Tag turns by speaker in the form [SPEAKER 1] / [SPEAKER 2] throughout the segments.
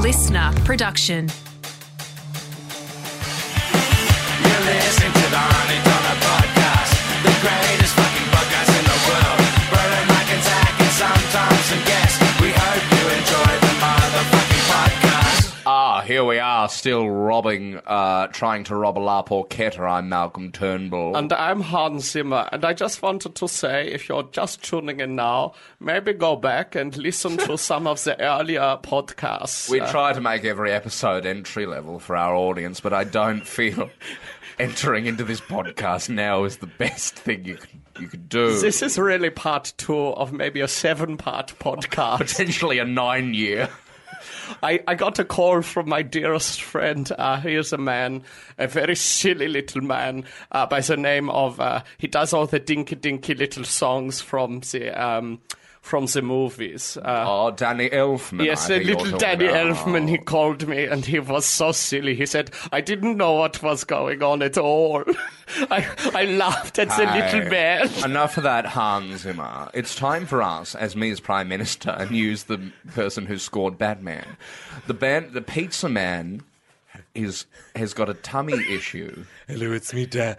[SPEAKER 1] listener production.
[SPEAKER 2] You listen to the Honey Dollar Podcast, the greatest fucking podcast in the world. Roland Mike and Zach and sometimes a guest. We hope you enjoy the motherfucking podcast.
[SPEAKER 3] Ah, here we are, still robbing, uh, trying to rob a La Porchetta. I'm Malcolm Turnbull.
[SPEAKER 4] And I'm Hans Zimmer, and I just wanted to say if you're just tuning in now, maybe go back and listen to some of the earlier podcasts.
[SPEAKER 3] we
[SPEAKER 4] Uh,
[SPEAKER 3] try to make every episode entry level for our audience, but I don't feel entering into this podcast now is the best thing you could, you could do.
[SPEAKER 4] this is really part two of maybe a seven part podcast.
[SPEAKER 3] Potentially a nine year.
[SPEAKER 4] I, I got a call from my dearest friend. Uh, he is a man, a very silly little man uh, by the name of. Uh, he does all the dinky dinky little songs from the um, from the movies. Uh,
[SPEAKER 3] Oh, Danny Elfman.
[SPEAKER 4] Yes,
[SPEAKER 3] I
[SPEAKER 4] the
[SPEAKER 3] think you're
[SPEAKER 4] little
[SPEAKER 3] talking
[SPEAKER 4] Danny
[SPEAKER 3] about.
[SPEAKER 4] Elfman, he called me and he was so silly. He said, I didn't know what was going on at all. I, I laughed at the little man.
[SPEAKER 3] Hey, Enough of that, Hans Zimmer. It's time for us, as me as Prime Minister, and use the person who scored Batman. The ban- the pizza man is has got a tummy issue.
[SPEAKER 5] Hello, it's me, da-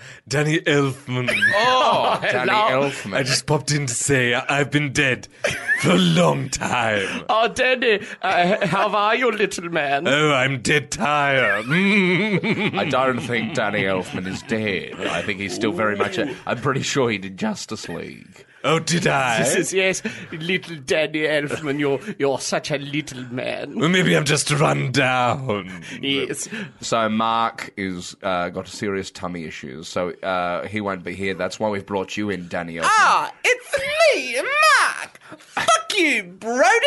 [SPEAKER 5] Danny Elfman.
[SPEAKER 3] Oh, Danny
[SPEAKER 4] hello.
[SPEAKER 3] Elfman.
[SPEAKER 5] I just popped in to say I- I've been dead for a long time.
[SPEAKER 4] Oh, Danny, uh, how are you, little man?
[SPEAKER 3] Uh,
[SPEAKER 5] Oh, I'm dead tired. Mm.
[SPEAKER 3] I don't think Danny Elfman is dead. I think he's still very much. A- I'm pretty sure he did Justice League.
[SPEAKER 5] Oh, did I?
[SPEAKER 4] Yes, yes, little Danny Elfman, you're, you're such a little man.
[SPEAKER 5] Well, maybe I'm just run down.
[SPEAKER 4] Yes.
[SPEAKER 3] So Mark is uh, got serious tummy issues, so uh, he won't be here. That's why we've brought you in, Danny Elfman.
[SPEAKER 6] Ah, it's me, Mark. Fuck you, Broden.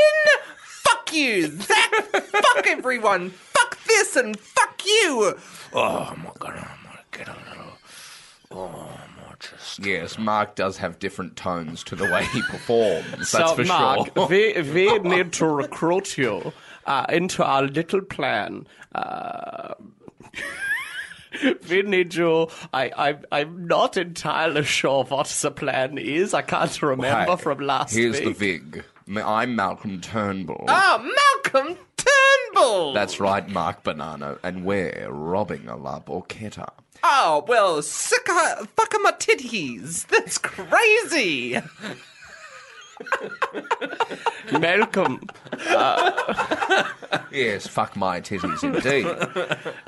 [SPEAKER 6] Fuck you, Zach. fuck everyone. Fuck this and fuck you.
[SPEAKER 3] Oh my god, I'm gonna get a little. Oh my just. Yes, Mark does have different tones to the way he performs. That's
[SPEAKER 4] so,
[SPEAKER 3] for
[SPEAKER 4] Mark,
[SPEAKER 3] sure.
[SPEAKER 4] we, we need to recruit you uh, into our little plan. Uh, we need you. I, I, I'm not entirely sure what the plan is. I can't remember
[SPEAKER 3] Hey,
[SPEAKER 4] from last
[SPEAKER 3] Here's the
[SPEAKER 4] week. Oh!
[SPEAKER 3] vig. Ma- I'm Malcolm Turnbull.
[SPEAKER 6] Ah, Malcolm Turnbull.
[SPEAKER 3] That's right, Mark Bonanno, and we're robbing a La Borchetta.
[SPEAKER 6] oh well, sick of fuck of my titties. That's crazy.
[SPEAKER 4] Malcolm,
[SPEAKER 3] Yes, fuck my titties indeed.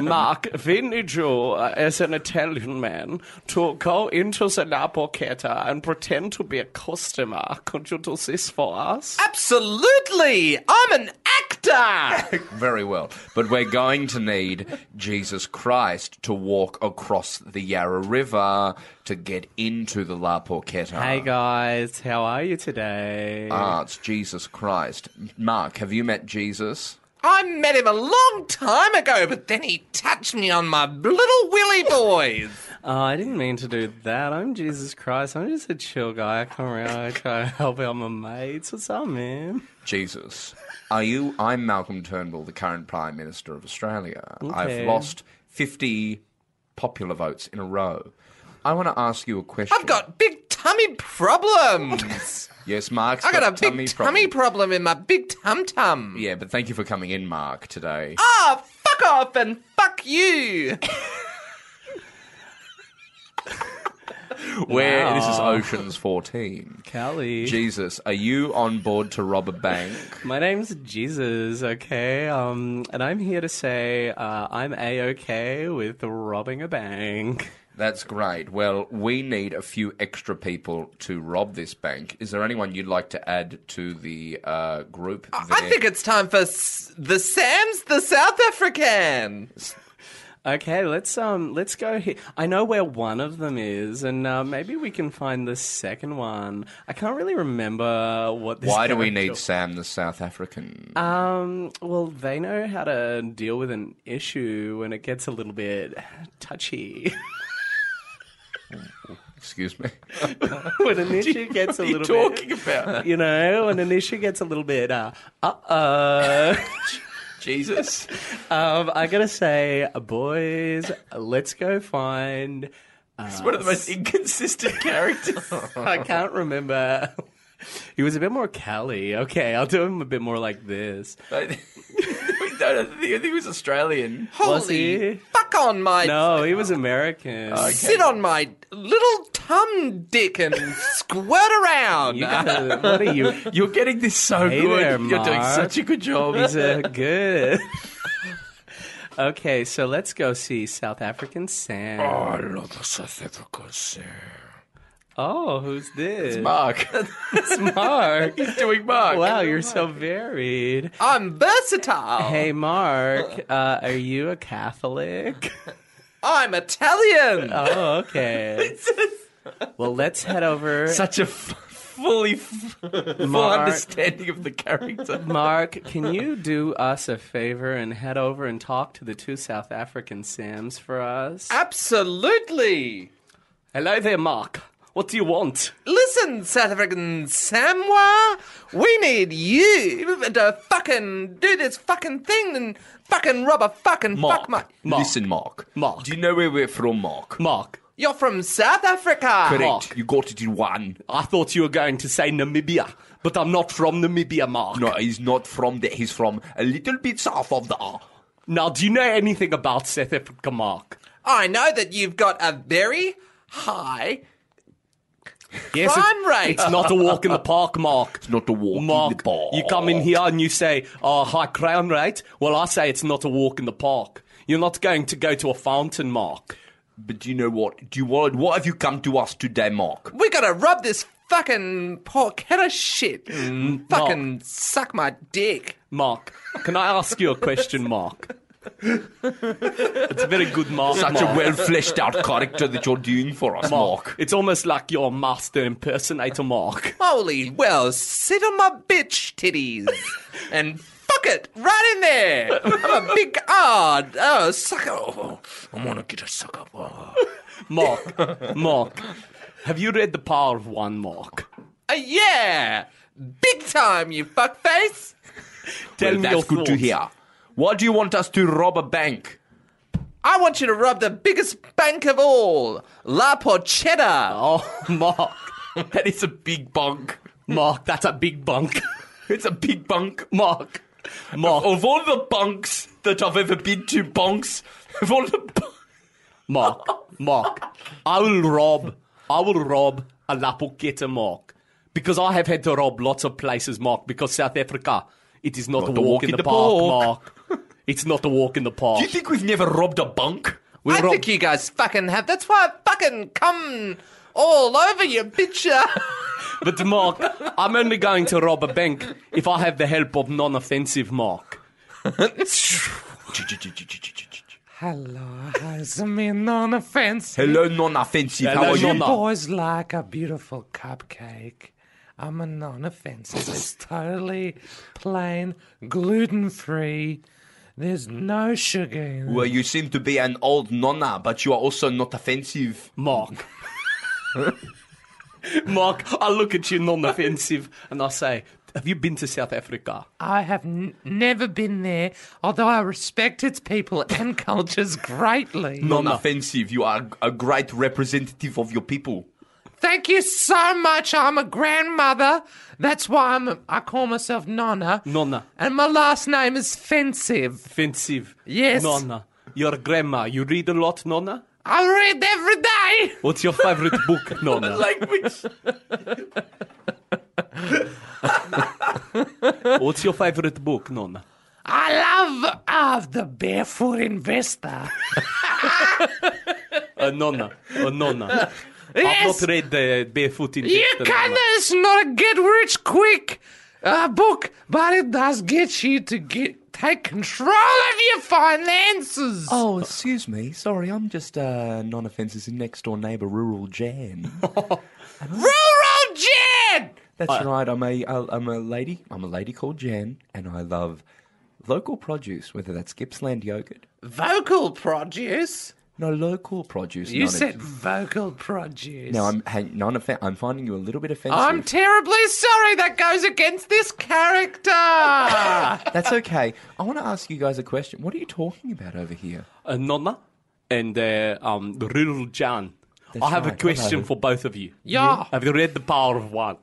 [SPEAKER 4] Mark, we need you, uh, as an Italian man, to go into the La Porchetta and pretend to be a customer. Could you do this for us?
[SPEAKER 6] Absolutely, I'm an actor.
[SPEAKER 3] Very well. But we're going to need Jesus Christ to walk across the Yarra River to get into the La Porchetta.
[SPEAKER 4] guys, how are you today?
[SPEAKER 3] Ah, it's Jesus Christ. Mark, have you met Jesus?
[SPEAKER 6] I met him a long time ago, but then he touched me on my little willy boys.
[SPEAKER 4] Oh, I didn't mean to do that. I'm Jesus Christ. I'm just a chill guy. I come around, I try to help out my mates. What's up, man?
[SPEAKER 3] Jesus. Are you? I'm Malcolm Turnbull, the current Prime Minister of Australia.
[SPEAKER 4] Okay.
[SPEAKER 3] I've lost 50 popular votes in a row. I want to ask you a question.
[SPEAKER 6] I've got big tummy problems.
[SPEAKER 3] Yes, Mark.
[SPEAKER 6] I got, a big
[SPEAKER 3] tummy,
[SPEAKER 6] tummy problem. in my big tum tum.
[SPEAKER 3] Yeah, but thank you for coming in, Mark, today.
[SPEAKER 6] Ah, fuck off and fuck you.
[SPEAKER 3] Where this is Ocean's 14.
[SPEAKER 4] Kelly.
[SPEAKER 3] Jesus, are you on board to rob a bank?
[SPEAKER 4] my name's Jesus, okay? Um, and I'm here to say uh, I'm A-OK with robbing a bank.
[SPEAKER 3] That's great. Well, we need a few extra people to rob this bank. Is there anyone you'd like to add to the uh, group?
[SPEAKER 6] I think it's time for s- the Sam's the South African.
[SPEAKER 4] Okay, let's um, let's go here. I know where one of them is, and uh, maybe we can find the second one. I can't really remember what. This
[SPEAKER 3] Why do we
[SPEAKER 4] character
[SPEAKER 3] need Sam the South African?
[SPEAKER 4] Um, well, they know how to deal with an issue when it gets a little bit touchy.
[SPEAKER 3] Excuse me.
[SPEAKER 4] when an issue gets a little bit,
[SPEAKER 3] about
[SPEAKER 4] you know, when an issue gets a little bit, uh, uh,
[SPEAKER 3] Jesus.
[SPEAKER 4] um, I gotta say, boys, let's go find. uh,
[SPEAKER 3] It's one of the most inconsistent characters.
[SPEAKER 4] I can't remember. He was a bit more Cali. Okay, I'll do him a bit more like this.
[SPEAKER 3] I think he was Australian.
[SPEAKER 6] Holy
[SPEAKER 5] Was he?
[SPEAKER 6] fuck on my
[SPEAKER 5] No, he was American.
[SPEAKER 6] sit on my little tum dick and squirt around.
[SPEAKER 5] You gotta- what are you?
[SPEAKER 3] You're getting this so
[SPEAKER 5] Hey
[SPEAKER 3] good.
[SPEAKER 5] there,
[SPEAKER 3] You're doing
[SPEAKER 5] Mark.
[SPEAKER 3] such a good job.
[SPEAKER 5] He's a good. okay, so let's go see South African Sam.
[SPEAKER 3] Oh, I love the South Africa,
[SPEAKER 5] Oh, who's this?
[SPEAKER 3] Mark.
[SPEAKER 5] It's Mark.
[SPEAKER 3] He's doing Mark. Oh.
[SPEAKER 5] wow, you're so varied.
[SPEAKER 6] I'm versatile.
[SPEAKER 5] Hey, Mark, uh, are you a Catholic?
[SPEAKER 6] I'm Italian.
[SPEAKER 5] Oh, okay. Well, let's head over.
[SPEAKER 3] Such a f- fully f- full
[SPEAKER 5] Mark.
[SPEAKER 3] understanding of the character.
[SPEAKER 5] Mark, can you do us a favor and head over and talk to the two South African Sams for us?
[SPEAKER 6] Absolutely.
[SPEAKER 5] Hello there, Mark. What do you want?
[SPEAKER 6] Listen, South African Samoa, we need you to fucking do this fucking thing and fucking rob a fucking fuck my.
[SPEAKER 5] Mark.
[SPEAKER 3] Listen, Mark.
[SPEAKER 5] Mark.
[SPEAKER 3] Do you know where we're from, Mark?
[SPEAKER 5] Mark,
[SPEAKER 6] You're from South Africa.
[SPEAKER 3] Correct.
[SPEAKER 5] Mark.
[SPEAKER 3] You got it in one.
[SPEAKER 5] I thought you were going to say Namibia, but I'm not from Namibia, Mark.
[SPEAKER 3] No, he's not from there. He's from a little bit south of the R.
[SPEAKER 5] Now, do you know anything about South Africa, Mark?
[SPEAKER 6] I know that you've got a very high
[SPEAKER 5] Yes, it-
[SPEAKER 6] crime rate.
[SPEAKER 5] it's not a walk in the park, Mark.
[SPEAKER 3] Not a walk in the
[SPEAKER 5] Mark,
[SPEAKER 3] park.
[SPEAKER 5] you come in here and you say, oh, high crown rate. Well, I say it's not a walk in the park. You're not going to go to a fountain, Mark.
[SPEAKER 3] But you know what? Do you want? What have you come to us today, Mark?
[SPEAKER 6] We gotta rub this fucking porchetta shit. and fucking suck my dick.
[SPEAKER 5] Mm, Mark, can I ask you a question, Mark? it's a very good Mark.
[SPEAKER 3] Such a
[SPEAKER 5] Mark.
[SPEAKER 3] well fleshed out character that you're doing for us, Mark.
[SPEAKER 5] It's almost like you're a master impersonator, Mark.
[SPEAKER 6] Holy well, sit on my bitch titties and fuck it right in there. I'm a big ah oh suck oh.
[SPEAKER 3] I want to get a sucker. Oh.
[SPEAKER 5] Mark, Mark, have you read The Power of One, Mark?
[SPEAKER 6] Uh, yeah, big time you fuckface.
[SPEAKER 5] Tell
[SPEAKER 3] Well,
[SPEAKER 5] me
[SPEAKER 3] that's
[SPEAKER 5] your
[SPEAKER 3] good to
[SPEAKER 5] thoughts.
[SPEAKER 3] hear. Why do you want us to rob a bank?
[SPEAKER 6] I want you to rub the biggest bank of all, La Porchetta.
[SPEAKER 5] Oh, Mark,
[SPEAKER 3] That is a big bunk.
[SPEAKER 5] Mark, that's a big bunk.
[SPEAKER 3] It's a big bunk.
[SPEAKER 5] Mark, Mark,
[SPEAKER 3] Of all the bunks that I've ever been to, bunks, of all the bunk-
[SPEAKER 5] Mark, Mark. I will rob, I will rob a La Pochetta, Mark. Because I have had to rob lots of places, Mark, because South Africa, it is not, a walk, in the, park, Mark. It's not a walk in the park.
[SPEAKER 3] Do you think we've never robbed a bunk?
[SPEAKER 5] We'll
[SPEAKER 6] I
[SPEAKER 5] rob-
[SPEAKER 6] think you guys fucking have. That's why I fucking come all over you, bitcher.
[SPEAKER 5] But Mark, I'm only going to rob a bank if I have the help of non-offensive Mark.
[SPEAKER 1] Hello, how's me non-offensive?
[SPEAKER 3] Hello, non-offensive.
[SPEAKER 5] Hello,
[SPEAKER 3] How are you?
[SPEAKER 5] non-
[SPEAKER 1] Boys like a beautiful cupcake. I'm a non-offensive. It's totally plain, gluten-free. There's no sugar in it.
[SPEAKER 3] Well, you seem to be an old nonna, but you are also not offensive.
[SPEAKER 5] Mark. Mark, I look at you non-offensive and I say, have you been to South Africa?
[SPEAKER 1] I have n- never been there, although I respect its people and cultures greatly.
[SPEAKER 3] Non-offensive. You are a great representative of your people.
[SPEAKER 1] Thank you so much. I'm a grandmother. That's why I'm. A, I call myself Nonna.
[SPEAKER 5] Nonna.
[SPEAKER 1] And my last name is Fensive.
[SPEAKER 5] Offensive.
[SPEAKER 1] Yes.
[SPEAKER 5] Nonna. Your grandma. You read a lot, Nonna?
[SPEAKER 1] I read every day.
[SPEAKER 5] What's your favorite book, Nonna?
[SPEAKER 3] Language.
[SPEAKER 5] What's your favorite book, Nonna?
[SPEAKER 1] I love uh, the Barefoot Investor.
[SPEAKER 5] Uh, nonna. Uh, nonna.
[SPEAKER 1] yes,
[SPEAKER 5] I've not read the Barefoot in
[SPEAKER 1] you
[SPEAKER 5] Dictionary,
[SPEAKER 1] can.
[SPEAKER 5] Nonna.
[SPEAKER 1] It's not a get rich quick uh, book, but it does get you to get take control of your finances.
[SPEAKER 3] Oh, excuse me. Sorry, I'm just uh, non-offensive next door neighbour, rural Jan.
[SPEAKER 1] Rural Jan.
[SPEAKER 3] That's right. I'm a uh, I'm a lady. I'm a lady called Jan, and I love local produce, whether that's Gippsland yogurt.
[SPEAKER 6] Vocal produce.
[SPEAKER 3] No, local produce.
[SPEAKER 1] You
[SPEAKER 3] not a-
[SPEAKER 1] said vocal produce.
[SPEAKER 3] No, I'm hang, non offen- I'm finding you a little bit offensive.
[SPEAKER 1] I'm terribly sorry that goes against this character.
[SPEAKER 3] That's okay. I want to ask you guys a question. What are you talking about over here?
[SPEAKER 5] Uh, Nonna and uh, um, the Rural Jan. I have
[SPEAKER 3] right.
[SPEAKER 5] a question
[SPEAKER 3] Hello.
[SPEAKER 5] for both of you.
[SPEAKER 1] Yeah.
[SPEAKER 5] Have you read The Power of One?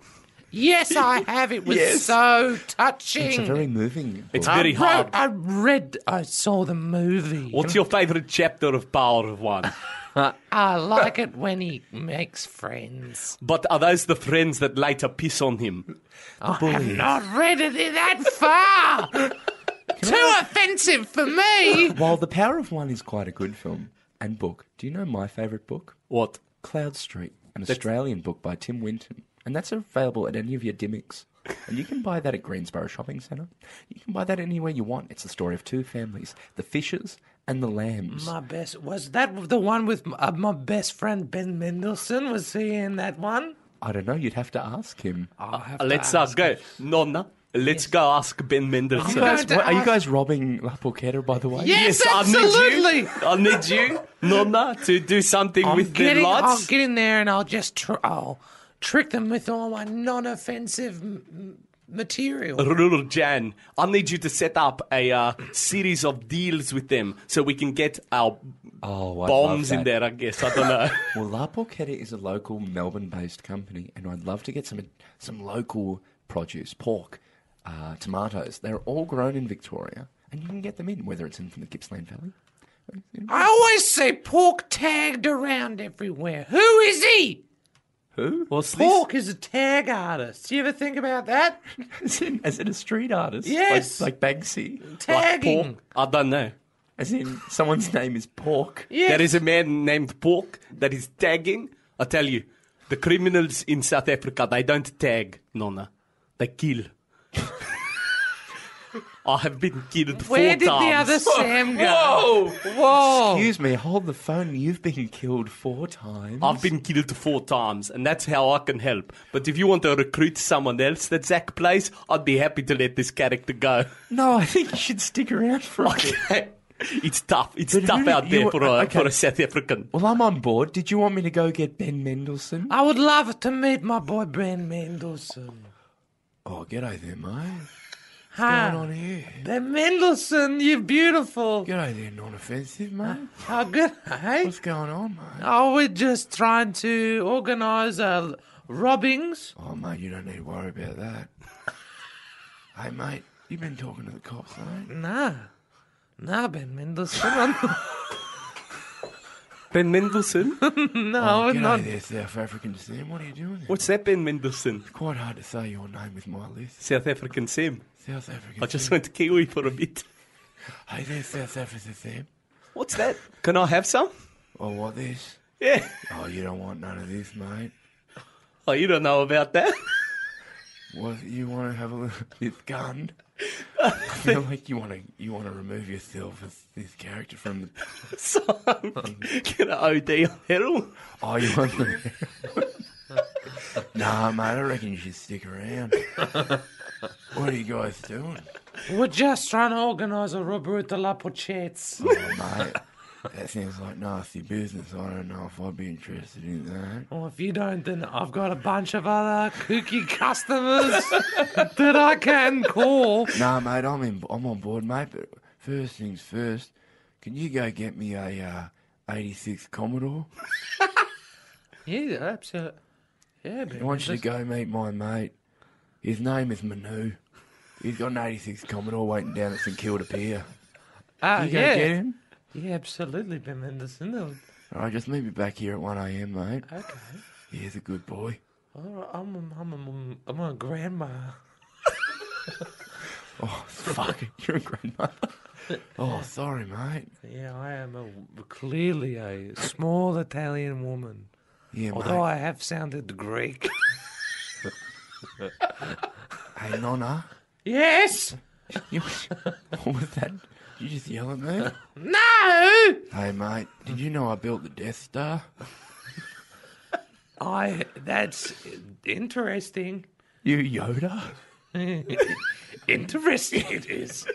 [SPEAKER 1] Yes, I have. It was so touching.
[SPEAKER 7] It's a very moving.
[SPEAKER 5] It's
[SPEAKER 7] book.
[SPEAKER 5] very
[SPEAKER 1] I
[SPEAKER 5] hard.
[SPEAKER 1] wrote- I read, I saw the movie.
[SPEAKER 5] What's your favourite chapter of Power of One?
[SPEAKER 1] I like it when he makes friends.
[SPEAKER 5] But are those the friends that later piss on him?
[SPEAKER 1] I have not read it that far. Too offensive for me.
[SPEAKER 7] While The Power of One is quite a good film and book, do you know my favourite book?
[SPEAKER 5] What?
[SPEAKER 7] Cloud Street, an Australian book by Tim Winton. And that's available at any of your Dimmicks. And you can buy that at Greensboro Shopping Centre. You can buy that anywhere you want. It's the story of two families the Fishers and the Lambs.
[SPEAKER 1] My best was that the one with uh, my best friend Ben Mendelsohn. Was he in that one?
[SPEAKER 7] I don't know, you'd have to ask him.
[SPEAKER 1] I'll have
[SPEAKER 5] Let's
[SPEAKER 1] to
[SPEAKER 5] uh, go. Nonna, let's go ask Ben
[SPEAKER 1] I'm
[SPEAKER 5] Mendelssohn.
[SPEAKER 1] going
[SPEAKER 7] Guys,
[SPEAKER 1] to
[SPEAKER 7] what- are you
[SPEAKER 1] ask-
[SPEAKER 7] guys robbing La Porchetta, by the way?
[SPEAKER 1] Yes, absolutely.
[SPEAKER 5] I need you, Nonna, to do something
[SPEAKER 1] I'm
[SPEAKER 5] with
[SPEAKER 1] getting,
[SPEAKER 5] the
[SPEAKER 1] I'll
[SPEAKER 5] lights.
[SPEAKER 1] get in there and I'll just tr- I'll trick them with all my non-offensive m- m- material.
[SPEAKER 5] Rural Jan, I need you to set up a uh, series of deals with them so we can get our
[SPEAKER 7] Oh, I'd
[SPEAKER 5] bombs
[SPEAKER 7] love
[SPEAKER 5] in
[SPEAKER 7] that.
[SPEAKER 5] there, I guess. I don't know.
[SPEAKER 7] Well, La Porchetta is a local Melbourne-based company, and I'd love to get some some local produce, pork, uh, tomatoes. They're all grown in Victoria, and you can get them in, whether it's in from the Gippsland Valley.
[SPEAKER 1] I always say pork tagged around everywhere. Who is he?
[SPEAKER 5] What's this?
[SPEAKER 1] Pork is a tag artist. You ever think about that?
[SPEAKER 7] As in, as in a street artist,
[SPEAKER 1] Yes.
[SPEAKER 7] like, like Banksy.
[SPEAKER 5] Like
[SPEAKER 1] Tagging.
[SPEAKER 5] pork? I don't know.
[SPEAKER 7] As in, someone's name is Pork.
[SPEAKER 1] Yes.
[SPEAKER 5] There is a man named Pork that is tagging. I tell you, the criminals in South Africa, they don't tag, Nonna. They kill. I have been killed
[SPEAKER 1] Where
[SPEAKER 5] four
[SPEAKER 1] did the
[SPEAKER 5] times.
[SPEAKER 1] other Sam go? Whoa! Whoa!
[SPEAKER 7] Excuse me, hold the phone. You've been killed four times.
[SPEAKER 5] I've been killed four times, and that's how I can help. But if you want to recruit someone else that Zach plays, I'd be happy to let this character go.
[SPEAKER 7] No, I think you should stick around for a bit.
[SPEAKER 5] Okay. It's tough. It's
[SPEAKER 7] But who
[SPEAKER 5] tough
[SPEAKER 7] did
[SPEAKER 5] out
[SPEAKER 7] you-
[SPEAKER 5] there for a,
[SPEAKER 7] okay.
[SPEAKER 5] for a South African.
[SPEAKER 7] Well, I'm on board. Did you want me to go get Ben Mendelsohn?
[SPEAKER 1] I would love to meet my boy Ben Mendelsohn.
[SPEAKER 7] Oh, g'day there, mate.
[SPEAKER 1] Hi.
[SPEAKER 7] What's going on here?
[SPEAKER 1] Ben Mendelsohn, you're beautiful. Uh,
[SPEAKER 7] G'day there, non-offensive, mate.
[SPEAKER 1] How good, hey?
[SPEAKER 7] What's going on, mate?
[SPEAKER 1] Oh, we're just trying to organise uh, robbings.
[SPEAKER 7] Oh, mate, you don't need to worry about that. hey, mate, you've been talking to the cops, mate.
[SPEAKER 1] Nah. Nah, Ben Mendelsohn. I'm-
[SPEAKER 5] Ben Mendelsohn?
[SPEAKER 1] no,
[SPEAKER 7] Oh,
[SPEAKER 1] I'm
[SPEAKER 7] g'day
[SPEAKER 1] not.
[SPEAKER 7] there, South African Sam. What are you doing there?
[SPEAKER 5] What's that, Ben Mendelsohn?
[SPEAKER 7] Quite hard to say your name with my list.
[SPEAKER 5] South African Sam.
[SPEAKER 7] South African
[SPEAKER 5] I just
[SPEAKER 7] Sam.
[SPEAKER 5] went Kiwi for a bit.
[SPEAKER 7] Hey there, South African Sam.
[SPEAKER 5] What's that? Can I have some?
[SPEAKER 7] Oh, what this?
[SPEAKER 5] Yeah.
[SPEAKER 7] Oh, you don't want none of this, mate.
[SPEAKER 5] Oh, you don't know about that.
[SPEAKER 7] What you want to have a little this gun? I feel like you want to you want to remove yourself as this character from the
[SPEAKER 5] So I'm gonna OD on heroin.
[SPEAKER 7] Oh, you want to? nah, mate, I reckon you should stick around. what are you guys doing?
[SPEAKER 1] We're just trying to organise a robbery at the La Pochets.
[SPEAKER 7] Oh, mate, that sounds like nasty business. I don't know if I'd be interested in that.
[SPEAKER 1] Well, if you don't, then I've got a bunch of other kooky customers that I can call.
[SPEAKER 7] Nah, mate, I'm in, I'm on board, mate. But first things first, can you go get me a uh, 86 Commodore?
[SPEAKER 1] Yeah, absolutely. Yeah,
[SPEAKER 7] I
[SPEAKER 1] Ben.
[SPEAKER 7] want you to go meet my mate. His name is Manu. He's got an 86 Commodore waiting down at St Kilda Pier.
[SPEAKER 1] Ah,
[SPEAKER 7] You go
[SPEAKER 1] yeah.
[SPEAKER 7] get him.
[SPEAKER 1] Yeah, absolutely, Ben Mendelsohn.
[SPEAKER 7] All right, just meet me back here at 1 a.m., mate.
[SPEAKER 1] Okay.
[SPEAKER 7] Yeah, He's a good boy.
[SPEAKER 1] All right, I'm a, I'm a, I'm a grandma.
[SPEAKER 7] Oh, fuck. You're a grandmother. Oh, sorry, mate.
[SPEAKER 1] Yeah, I am a clearly a small Italian woman,
[SPEAKER 7] Yeah,
[SPEAKER 1] although
[SPEAKER 7] mate.
[SPEAKER 1] I have sounded Greek.
[SPEAKER 7] Hey, Nonna.
[SPEAKER 1] yes.
[SPEAKER 7] You- what was that? Did you just yell at me?
[SPEAKER 1] No.
[SPEAKER 7] hey, mate. Did you know I built the Death Star?
[SPEAKER 1] I. That's interesting.
[SPEAKER 7] You Yoda?
[SPEAKER 1] Interesting it is.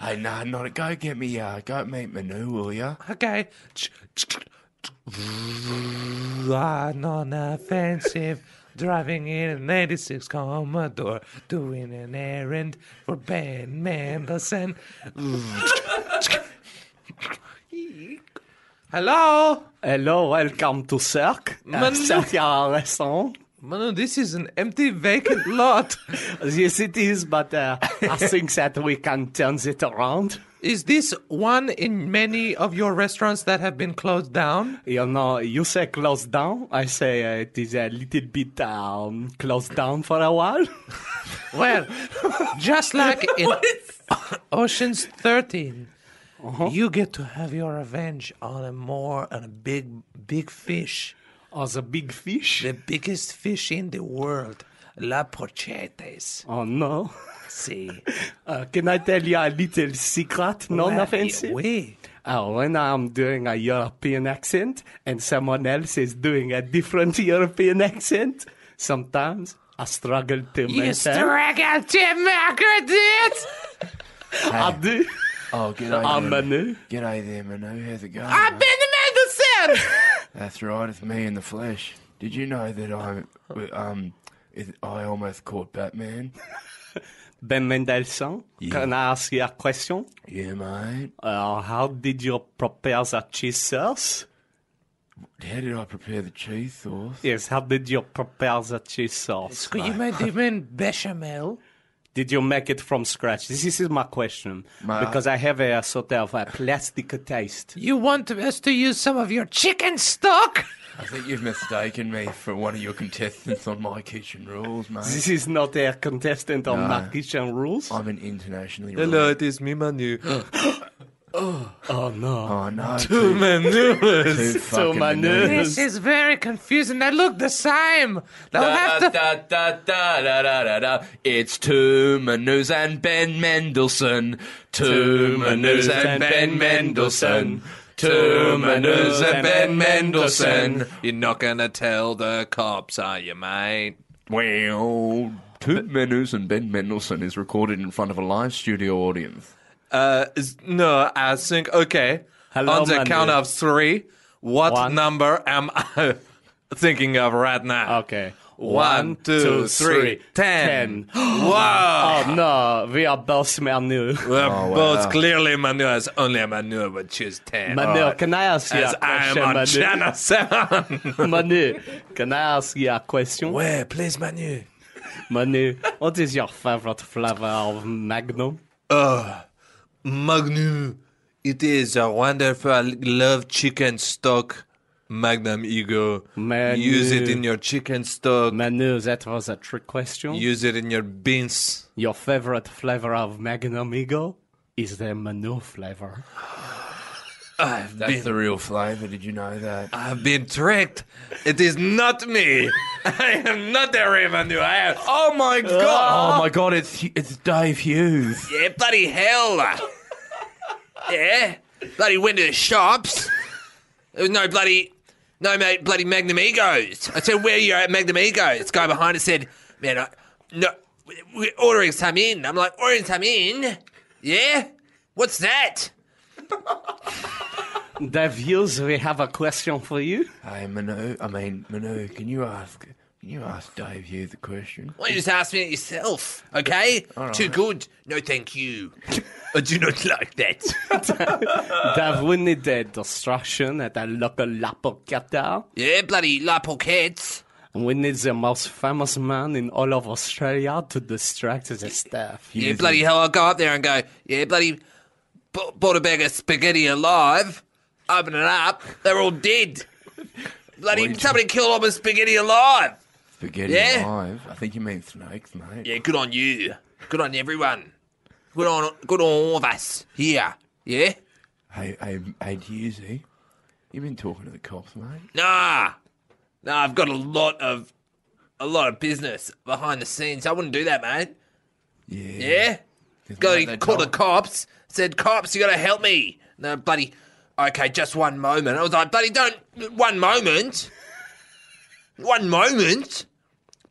[SPEAKER 7] Hey, nah, Nonna, go get me, uh, go meet Manu, will ya?
[SPEAKER 1] Okay. non offensive. Driving in an 86 Commodore, doing an errand for Ben Mendelsohn. Hello?
[SPEAKER 5] Hello, welcome to Euh, Cirque. Uh,
[SPEAKER 1] Manu-
[SPEAKER 5] Cirque restaurant.
[SPEAKER 6] Manu, this is an empty, vacant lot.
[SPEAKER 5] Yes, it is, but uh, I think that we can turn it around.
[SPEAKER 6] Is this one in many of your restaurants that have been closed down?
[SPEAKER 5] You know, you say closed down. I say uh, it is a little bit um, closed down for a while.
[SPEAKER 6] Well, just like in Ocean's 13,
[SPEAKER 5] Uh-huh.
[SPEAKER 6] you get to have your revenge on a more on a big, big fish,
[SPEAKER 5] Oh, the big fish.
[SPEAKER 6] the biggest fish in the world, La Porchetes.
[SPEAKER 5] Oh, no.
[SPEAKER 6] See,
[SPEAKER 5] Uh, can I tell you a little secret? Non offensive?
[SPEAKER 6] We.
[SPEAKER 5] Uh, when I'm doing a European accent and someone else is doing a different European accent, sometimes I struggle to
[SPEAKER 6] You
[SPEAKER 5] maintain.
[SPEAKER 6] struggle to market it.
[SPEAKER 5] I do.
[SPEAKER 7] Oh, good idea.
[SPEAKER 5] I'm a new.
[SPEAKER 7] G'day there, Manu. How's it going?
[SPEAKER 6] I've been to medicine.
[SPEAKER 7] That's right, it's me in the flesh. Did you know that I, um, it, I almost caught Batman?
[SPEAKER 5] Ben Mendelssohn, can I ask you a question?
[SPEAKER 7] Yeah, mate.
[SPEAKER 5] Uh, how did you prepare the cheese sauce?
[SPEAKER 7] How did I prepare the cheese sauce?
[SPEAKER 5] Yes, how did you prepare the cheese sauce?
[SPEAKER 6] Could you make the man bechamel?
[SPEAKER 5] Did you make it from scratch? This is my question.
[SPEAKER 7] My-
[SPEAKER 5] because I have a sort of a plastic taste.
[SPEAKER 6] You want us to use some of your chicken stock?
[SPEAKER 7] I think you've mistaken me for one of your contestants on My Kitchen Rules, mate.
[SPEAKER 5] This is not a contestant on my kitchen rules.
[SPEAKER 7] I'm an internationally
[SPEAKER 6] Hello, it is me, Manu.
[SPEAKER 5] Oh no.
[SPEAKER 7] Oh no, too,
[SPEAKER 6] Manu.
[SPEAKER 7] too fucking
[SPEAKER 5] my
[SPEAKER 7] many.
[SPEAKER 6] This is very confusing. They look the same. They'll
[SPEAKER 7] Da,
[SPEAKER 6] have to.
[SPEAKER 7] da, da, da, da, da, da, da. It's two Manus and Ben Mendelssohn. Two Manus and Ben Mendelssohn. Two Manus and Ben Mendelssohn.
[SPEAKER 6] You're not gonna tell the cops, are you, mate?
[SPEAKER 7] Well, two Manus and Ben Mendelssohn is recorded in front of a live studio audience.
[SPEAKER 6] Uh, is- no, I think okay.
[SPEAKER 5] Hello,
[SPEAKER 6] On the
[SPEAKER 5] Manu.
[SPEAKER 6] count of three, what
[SPEAKER 5] One.
[SPEAKER 6] number am I thinking of right now?
[SPEAKER 5] Okay.
[SPEAKER 6] One, two, three, ten. Wow.
[SPEAKER 5] Oh no, we are both Manu.
[SPEAKER 6] We're
[SPEAKER 5] Oh,
[SPEAKER 6] both clearly Manu, as only a Manu would choose ten.
[SPEAKER 5] Manu, can I ask you
[SPEAKER 6] As
[SPEAKER 5] a
[SPEAKER 6] I am
[SPEAKER 5] question,
[SPEAKER 6] on
[SPEAKER 5] Manu?
[SPEAKER 6] channel seven.
[SPEAKER 5] Manu, can I ask you a question?
[SPEAKER 6] Where, please, Manu?
[SPEAKER 5] Manu, what is your favorite flavor of Magnum?
[SPEAKER 6] Uh, Magnum. It is a wonderful I love chicken stock. Magnum Ego.
[SPEAKER 5] Manu.
[SPEAKER 6] Use it in your chicken stock.
[SPEAKER 5] Manu, that was a trick question.
[SPEAKER 6] Use it in your beans.
[SPEAKER 5] Your favorite flavor of Magnum Eagle is the Manu flavor.
[SPEAKER 6] I've
[SPEAKER 7] That's
[SPEAKER 6] been,
[SPEAKER 7] the real flavour. Did you know that?
[SPEAKER 6] I've been tricked. It is not me. I am not a revenue. I am.
[SPEAKER 7] Oh my god! Oh my god! It's it's Dave Hughes.
[SPEAKER 6] Yeah, bloody hell. yeah. Bloody went to the shops. There was no bloody, no mate, bloody Magnum Egos. I said, where are you at Magnum Egos? This guy behind us said, man, I, no, we're ordering some in. I'm like, ordering some in? Yeah? What's that?
[SPEAKER 5] Dave Hughes, we have a question for you.
[SPEAKER 7] Hey Manu, I mean Manu, can you ask can you ask Dave Hughes a question?
[SPEAKER 6] Why don't you just ask me it yourself, okay? Too good. No, thank you. I do not like that.
[SPEAKER 5] Dave, we need a distraction at a local Lapokata.
[SPEAKER 6] yeah, bloody La Pockets.
[SPEAKER 5] We need the most famous man in all of Australia to distract the staff.
[SPEAKER 6] Yeah, bloody hell, I'll go up there and go, yeah, bloody b- bought a bag of spaghetti alive, open it up, they're all dead. Bloody somebody killed all my spaghetti alive.
[SPEAKER 7] Spaghetti
[SPEAKER 6] Yeah.
[SPEAKER 7] alive. I think you mean snakes, mate.
[SPEAKER 6] Yeah, good on you. Good on everyone. Good on good on all of us here. Yeah?
[SPEAKER 7] Hey hey hey Hughesy, you've been talking to the cops, mate.
[SPEAKER 6] Nah. Nah, I've got a lot of a lot of business behind the scenes. I wouldn't do that, mate.
[SPEAKER 7] Yeah.
[SPEAKER 6] Yeah?
[SPEAKER 7] Isn't
[SPEAKER 6] Go
[SPEAKER 7] that the
[SPEAKER 6] called the
[SPEAKER 7] dog?
[SPEAKER 6] cops. Said, "Cops, you gotta help me." No, bloody. Okay, just one moment. I was like, "Bloody, don't one moment, one moment."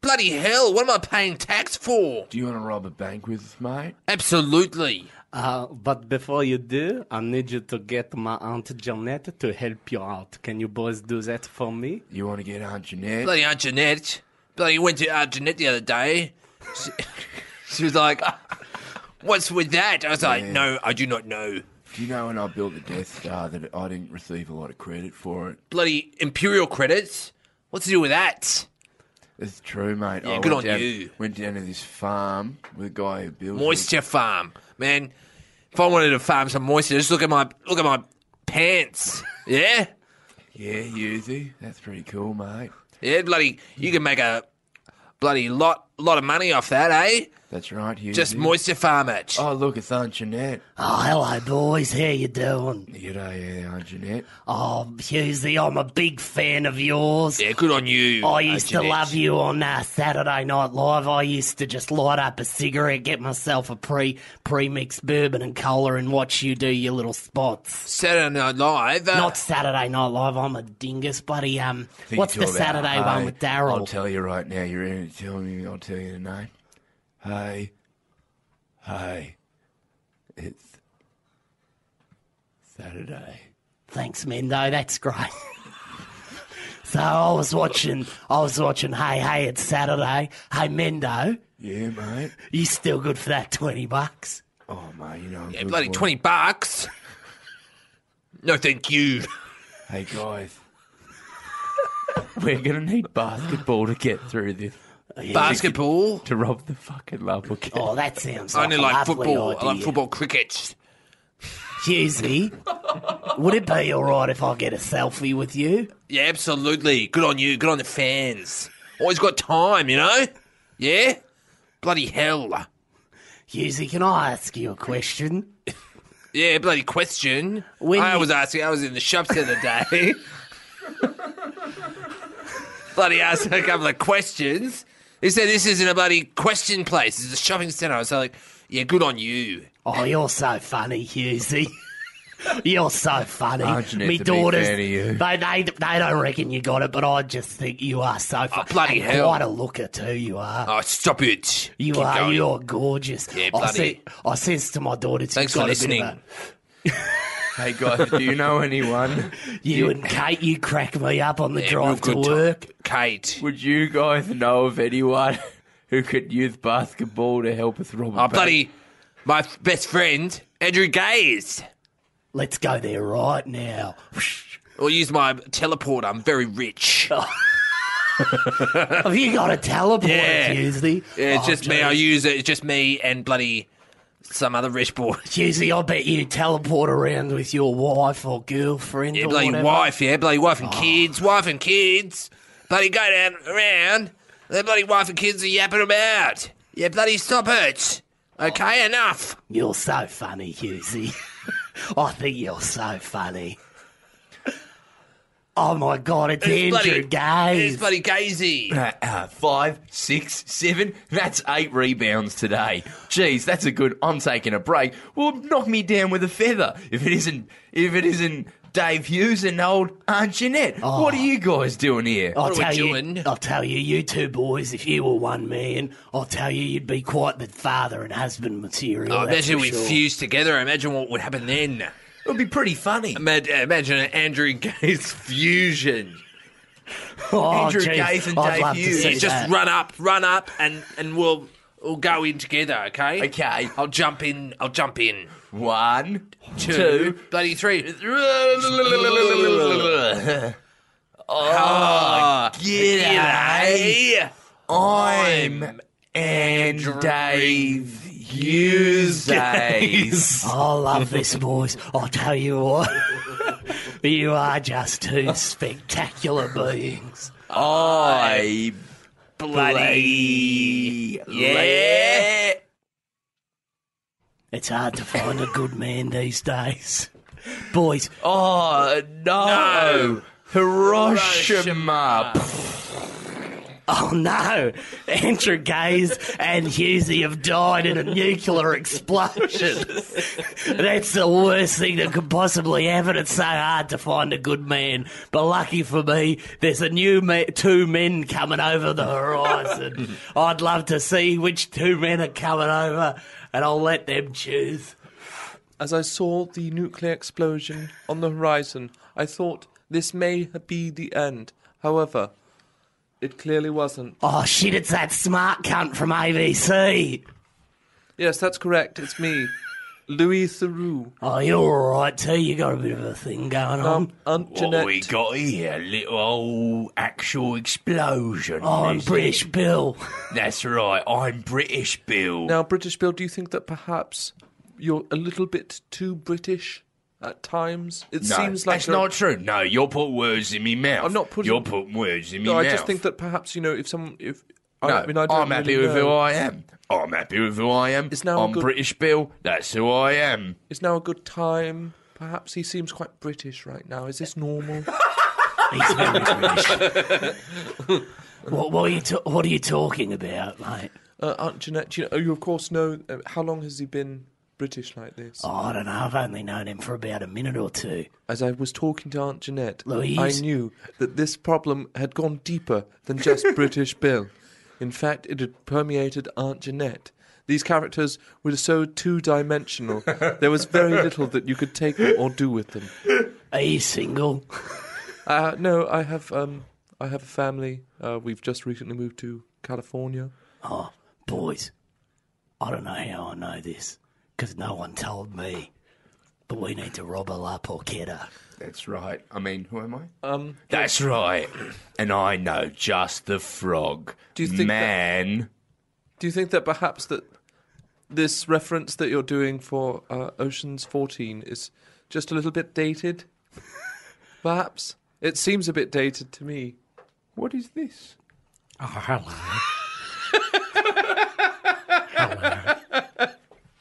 [SPEAKER 6] Bloody hell! What am I paying tax for?
[SPEAKER 7] Do you want to rob a bank with us, mate?
[SPEAKER 6] Absolutely.
[SPEAKER 5] Uh, but before you do, I need you to get my Aunt Janet to help you out. Can you boys do that for me?
[SPEAKER 7] You want to get Aunt Jeanette?
[SPEAKER 6] Bloody Aunt Jeanette. Bloody went to Aunt Jeanette the other day. She, she was like, "What's with that?" I was like, "No, I do not know."
[SPEAKER 7] Do you know when I built the Death Star that I didn't receive a lot of credit for it?
[SPEAKER 6] Bloody imperial credits. What's to do with that?
[SPEAKER 8] It's true, mate. I
[SPEAKER 6] good
[SPEAKER 8] went
[SPEAKER 6] on
[SPEAKER 8] down-
[SPEAKER 6] you.
[SPEAKER 8] Went down to this farm with a guy who built
[SPEAKER 6] Moisture farm, man. If I wanted to farm some moisture, just look at my look at my pants. Yeah,
[SPEAKER 8] Yeah, Yuzi. That's pretty cool, mate.
[SPEAKER 6] yeah. Bloody, you can make a bloody lot lot of money off that, eh?
[SPEAKER 8] That's right, Yuzi.
[SPEAKER 6] Just moisture farm it.
[SPEAKER 8] Oh, look, it's Aunt Jeanette.
[SPEAKER 9] Oh, hello, boys. How you doing?
[SPEAKER 8] G'day, yeah, Aunt Jeanette.
[SPEAKER 9] Oh, Hughesy, I'm a big fan of yours.
[SPEAKER 6] Yeah, good on you.
[SPEAKER 9] I used to
[SPEAKER 6] Jeanette.
[SPEAKER 9] love you on uh, Saturday Night Live. I used to just light up a cigarette, get myself a pre pre mixed bourbon and cola, and watch you do your little spots.
[SPEAKER 6] Saturday Night Live. uh,
[SPEAKER 9] Not Saturday Night Live. I'm a dingus, buddy. Um,
[SPEAKER 8] Think
[SPEAKER 9] what's the
[SPEAKER 8] you're about-
[SPEAKER 9] Saturday one
[SPEAKER 8] Hey,
[SPEAKER 9] with
[SPEAKER 8] I'll
[SPEAKER 9] Daryl?
[SPEAKER 8] tell you right now. You're in it. Tell me. I'll tell you the name. Hey, hey, it's Saturday.
[SPEAKER 9] Thanks, Mendo. That's great. so I was watching. I was watching. Hey, hey, it's Saturday. Hey, Mendo,
[SPEAKER 8] Yeah, mate.
[SPEAKER 9] you still good for that twenty bucks?
[SPEAKER 8] Oh, mate, you know. I'm
[SPEAKER 6] yeah,
[SPEAKER 8] good
[SPEAKER 6] bloody
[SPEAKER 8] for it.
[SPEAKER 6] twenty bucks. No, thank you.
[SPEAKER 8] Hey guys, we're gonna need basketball to get through this.
[SPEAKER 6] Basketball.
[SPEAKER 8] To rob the fucking love we'll get.
[SPEAKER 9] Oh, that sounds. Like
[SPEAKER 6] I only
[SPEAKER 9] a
[SPEAKER 6] like
[SPEAKER 9] lovely
[SPEAKER 6] football. I
[SPEAKER 9] idea.
[SPEAKER 6] like football, cricket.
[SPEAKER 9] Hughesy, would it be all right if I get a selfie with you?
[SPEAKER 6] Yeah, absolutely. Good on you. Good on the fans. Always got time, you know? Yeah? Bloody hell.
[SPEAKER 9] Hughesy, can I ask you a question?
[SPEAKER 6] Yeah, bloody question.
[SPEAKER 9] When
[SPEAKER 6] I
[SPEAKER 9] you-
[SPEAKER 6] was asking, I was in the shops the other day. bloody asked a couple of questions. He said, This isn't a bloody question place. It's a shopping centre. I was like, Yeah, good on you.
[SPEAKER 9] Oh, you're so funny, Hughesy. You're so funny.
[SPEAKER 8] Arjun is
[SPEAKER 9] Me
[SPEAKER 8] a big
[SPEAKER 9] daughters,
[SPEAKER 8] fan of you.
[SPEAKER 9] they, they they don't reckon you got it, but I just think you are so funny.
[SPEAKER 6] Oh, bloody hell.
[SPEAKER 9] Quite a looker too, you are.
[SPEAKER 6] Oh, stop it.
[SPEAKER 9] Ah. you
[SPEAKER 6] Keep
[SPEAKER 9] are.
[SPEAKER 6] going.
[SPEAKER 9] You are gorgeous.
[SPEAKER 6] Yeah,
[SPEAKER 9] I,
[SPEAKER 6] bloody-
[SPEAKER 9] say, I says to my daughters,
[SPEAKER 6] Thanks
[SPEAKER 9] you've got
[SPEAKER 6] for
[SPEAKER 9] a bit of
[SPEAKER 6] listening.
[SPEAKER 9] a-
[SPEAKER 8] Hey guys, do you know anyone?
[SPEAKER 9] you and Kate, you crack me up on the
[SPEAKER 6] Yeah, real
[SPEAKER 9] drive to
[SPEAKER 6] good time.
[SPEAKER 9] work.
[SPEAKER 6] Kate.
[SPEAKER 8] Would you guys know of anyone who could use basketball to help us rob? a
[SPEAKER 6] Oh,
[SPEAKER 8] bank?
[SPEAKER 6] bloody. My f- best friend, Andrew Gaze.
[SPEAKER 9] Let's go there right now.
[SPEAKER 6] Or use my teleporter. I'm very rich.
[SPEAKER 9] Oh, Have you got a teleporter,
[SPEAKER 6] Yeah.
[SPEAKER 9] Tuesday?
[SPEAKER 6] Yeah, it's
[SPEAKER 9] Oh,
[SPEAKER 6] just me. I
[SPEAKER 9] geez.
[SPEAKER 6] use it. It's just me and bloody some other rich boy.
[SPEAKER 9] Tuesday, I bet you teleport around with your wife or girlfriend
[SPEAKER 6] Yeah,
[SPEAKER 9] or
[SPEAKER 6] bloody
[SPEAKER 9] whatever.
[SPEAKER 6] wife. Yeah, bloody wife and kids. Wife and kids. Bloody go down around. The bloody wife and kids are yapping about. Yeah, bloody stop it. Okay, enough.
[SPEAKER 9] You're so funny, Hughesy. I think you're so funny. Oh my god, it's, Andrew
[SPEAKER 6] It's
[SPEAKER 9] Gaze.
[SPEAKER 6] bloody gazy.
[SPEAKER 8] Uh, uh, five, six, seven. That's eight rebounds today. Jeez, that's a good. I'm taking a break. Well, knock me down with a feather if it isn't. If it isn't Dave Hughes and old Aunt Jeanette. What are you guys doing here?
[SPEAKER 9] Oh. I'll
[SPEAKER 6] what are we
[SPEAKER 9] tell you,
[SPEAKER 6] doing?
[SPEAKER 9] I'll tell you, you two boys, if you were one man, I'll tell you, you'd be quite the father and husband material.
[SPEAKER 6] Oh,
[SPEAKER 9] that's
[SPEAKER 6] imagine
[SPEAKER 9] for
[SPEAKER 6] we
[SPEAKER 9] sure.
[SPEAKER 6] fused together. Imagine what would happen then.
[SPEAKER 8] It'll be pretty funny.
[SPEAKER 6] Ima- Imagine an Andrew Gaze fusion.
[SPEAKER 9] Oh,
[SPEAKER 8] Andrew
[SPEAKER 9] geez,
[SPEAKER 8] Gaze and
[SPEAKER 9] I'd
[SPEAKER 8] Dave
[SPEAKER 9] love
[SPEAKER 8] Hughes.
[SPEAKER 9] To see
[SPEAKER 6] It's just
[SPEAKER 9] that.
[SPEAKER 6] run up, run up, and and we'll we'll go in together. Okay.
[SPEAKER 8] Okay.
[SPEAKER 6] I'll jump in. I'll jump in.
[SPEAKER 8] One,
[SPEAKER 6] Two,
[SPEAKER 8] two.
[SPEAKER 6] bloody three.
[SPEAKER 8] oh, g'day.
[SPEAKER 6] G'day.
[SPEAKER 8] I'm and Dave Hughes.
[SPEAKER 9] I love this, boys. I'll tell you what. you are just two spectacular beings.
[SPEAKER 8] I bloody yeah.
[SPEAKER 9] It's hard to find a good man these days. Boys,
[SPEAKER 8] Oh no, Hiroshima.
[SPEAKER 9] oh no, Andrew Gaze and Husey have died in a nuclear explosion. That's the worst thing that could possibly happen. It's so hard to find a good man. But lucky for me, there's a new ma- two men coming over the horizon. I'd love to see which two men are coming over, and I'll let them choose.
[SPEAKER 10] As I saw the nuclear explosion on the horizon, I thought this may be the end. However, it clearly wasn't.
[SPEAKER 9] Oh shit, it's that smart cunt from ABC.
[SPEAKER 10] Yes, that's correct. It's me. Louis Theroux.
[SPEAKER 9] Oh, you're all right too. You got a bit of a thing going on.
[SPEAKER 10] Um, Aunt
[SPEAKER 8] What we
[SPEAKER 10] Jeanette.
[SPEAKER 8] got here? A little old actual explosion.
[SPEAKER 9] oh, I'm
[SPEAKER 8] is
[SPEAKER 9] British
[SPEAKER 8] it?
[SPEAKER 9] Bill.
[SPEAKER 8] That's right. I'm British Bill.
[SPEAKER 10] Now, British Bill, do you think that perhaps you're a little bit too British at times? It
[SPEAKER 8] No,
[SPEAKER 10] seems like
[SPEAKER 8] that's
[SPEAKER 10] you're-
[SPEAKER 8] not true. No, you're putting words in me mouth.
[SPEAKER 10] I'm not putting-
[SPEAKER 8] You're putting words in me
[SPEAKER 10] No,
[SPEAKER 8] mouth.
[SPEAKER 10] I just think that perhaps you know if someone if
[SPEAKER 8] No,
[SPEAKER 10] I mean I don't
[SPEAKER 8] am happy
[SPEAKER 10] really
[SPEAKER 8] with
[SPEAKER 10] know.
[SPEAKER 8] who I am. I'm happy with who I am.
[SPEAKER 10] It's now a
[SPEAKER 8] I'm
[SPEAKER 10] good-
[SPEAKER 8] British Bill. That's who I am.
[SPEAKER 10] Is now a good time? Perhaps he seems quite British right now. Is this normal?
[SPEAKER 9] He's very British. what, what, are you ta- what are you talking about, mate?
[SPEAKER 10] uh, Aunt Jeanette, you, know, you of course know uh, how long has he been British like this?
[SPEAKER 9] Oh, I don't know. I've only known him for about a minute or two.
[SPEAKER 10] As I was talking to Aunt Jeanette,
[SPEAKER 9] Louise?
[SPEAKER 10] I knew that this problem had gone deeper than just British Bill. In fact, it had permeated Aunt Jeanette. These characters were so two dimensional, there was very little that you could take them or do with them.
[SPEAKER 9] Are you single?
[SPEAKER 10] Uh, no, I have um, I have a family. Uh, we've just recently moved to California.
[SPEAKER 9] Oh, Boys, I don't know how I know this because no one told me. But we need to rob a La Porchetta.
[SPEAKER 8] That's right. I mean, who am I? Um, That's right. And I know just the frog.
[SPEAKER 10] Do you think that-
[SPEAKER 8] man?
[SPEAKER 10] Do you think that perhaps that this reference that you're doing for uh, Ocean's 14 is just a little bit dated? perhaps it seems a bit dated to me.
[SPEAKER 8] What is this?
[SPEAKER 9] Oh, hello.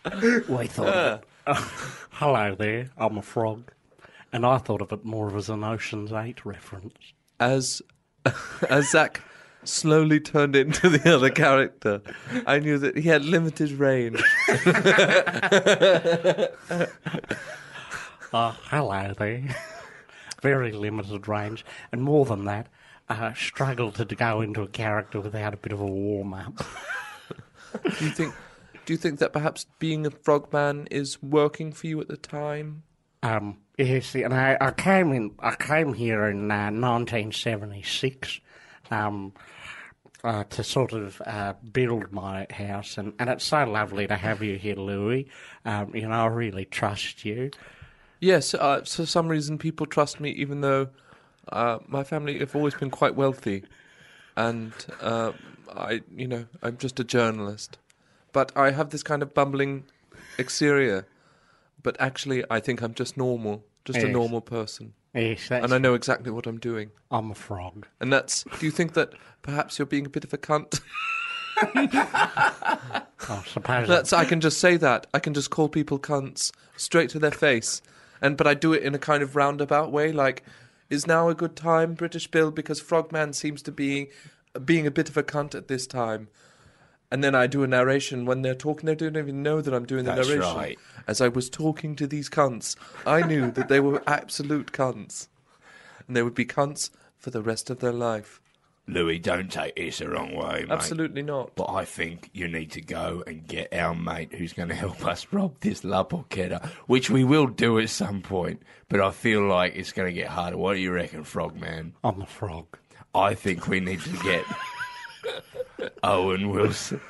[SPEAKER 9] hello. We thought.
[SPEAKER 11] Uh. Hello there, I'm a frog. And I thought of it more as an Ocean's 8 reference.
[SPEAKER 10] As as Zach slowly turned into the other character, I knew that he had limited range.
[SPEAKER 11] Uh, hello there. Very limited range. And more than that, uh, struggle to go into a character without a bit of a warm up.
[SPEAKER 10] Do you think? Do you think that perhaps being a frogman is working for you at the time?
[SPEAKER 11] Um, you see, and I, I came in. I came here in uh, 1976 um, uh, to sort of uh, build my house, and, and it's so lovely to have you here, Louis. Um, you know, I really trust you.
[SPEAKER 10] Yes, uh, for some reason people trust me, even though uh, my family have always been quite wealthy, and uh, I, you know, I'm just a journalist, but I have this kind of bumbling exterior, but actually I think I'm just normal, just a
[SPEAKER 11] Yes.
[SPEAKER 10] normal person,
[SPEAKER 11] Yes, that's,
[SPEAKER 10] and I know exactly what I'm doing,
[SPEAKER 11] I'm a frog.
[SPEAKER 10] and that's. Do you think that perhaps you're being a bit of a cunt?
[SPEAKER 5] Oh,
[SPEAKER 11] I suppose
[SPEAKER 10] That's I can just say that. I can just call people cunts straight to their face. And but I do it in a kind of roundabout way like is now a good time British Bill because Frogman seems to be being a bit of a cunt at this time. And then I do a narration when they're talking they don't even know that I'm doing the
[SPEAKER 8] That's
[SPEAKER 10] narration.
[SPEAKER 8] right.
[SPEAKER 10] As I was talking to these cunts, I knew that they were absolute cunts. And they would be cunts for the rest of their life.
[SPEAKER 8] Louis, don't take this the wrong way, mate.
[SPEAKER 10] Absolutely not.
[SPEAKER 8] But I think you need to go and get our mate who's going to help us rob this La Porchetta, which we will do at some point. But I feel like it's going to get harder. What do you reckon, Frogman?
[SPEAKER 11] I'm a frog.
[SPEAKER 8] I think we need to get Owen Wilson.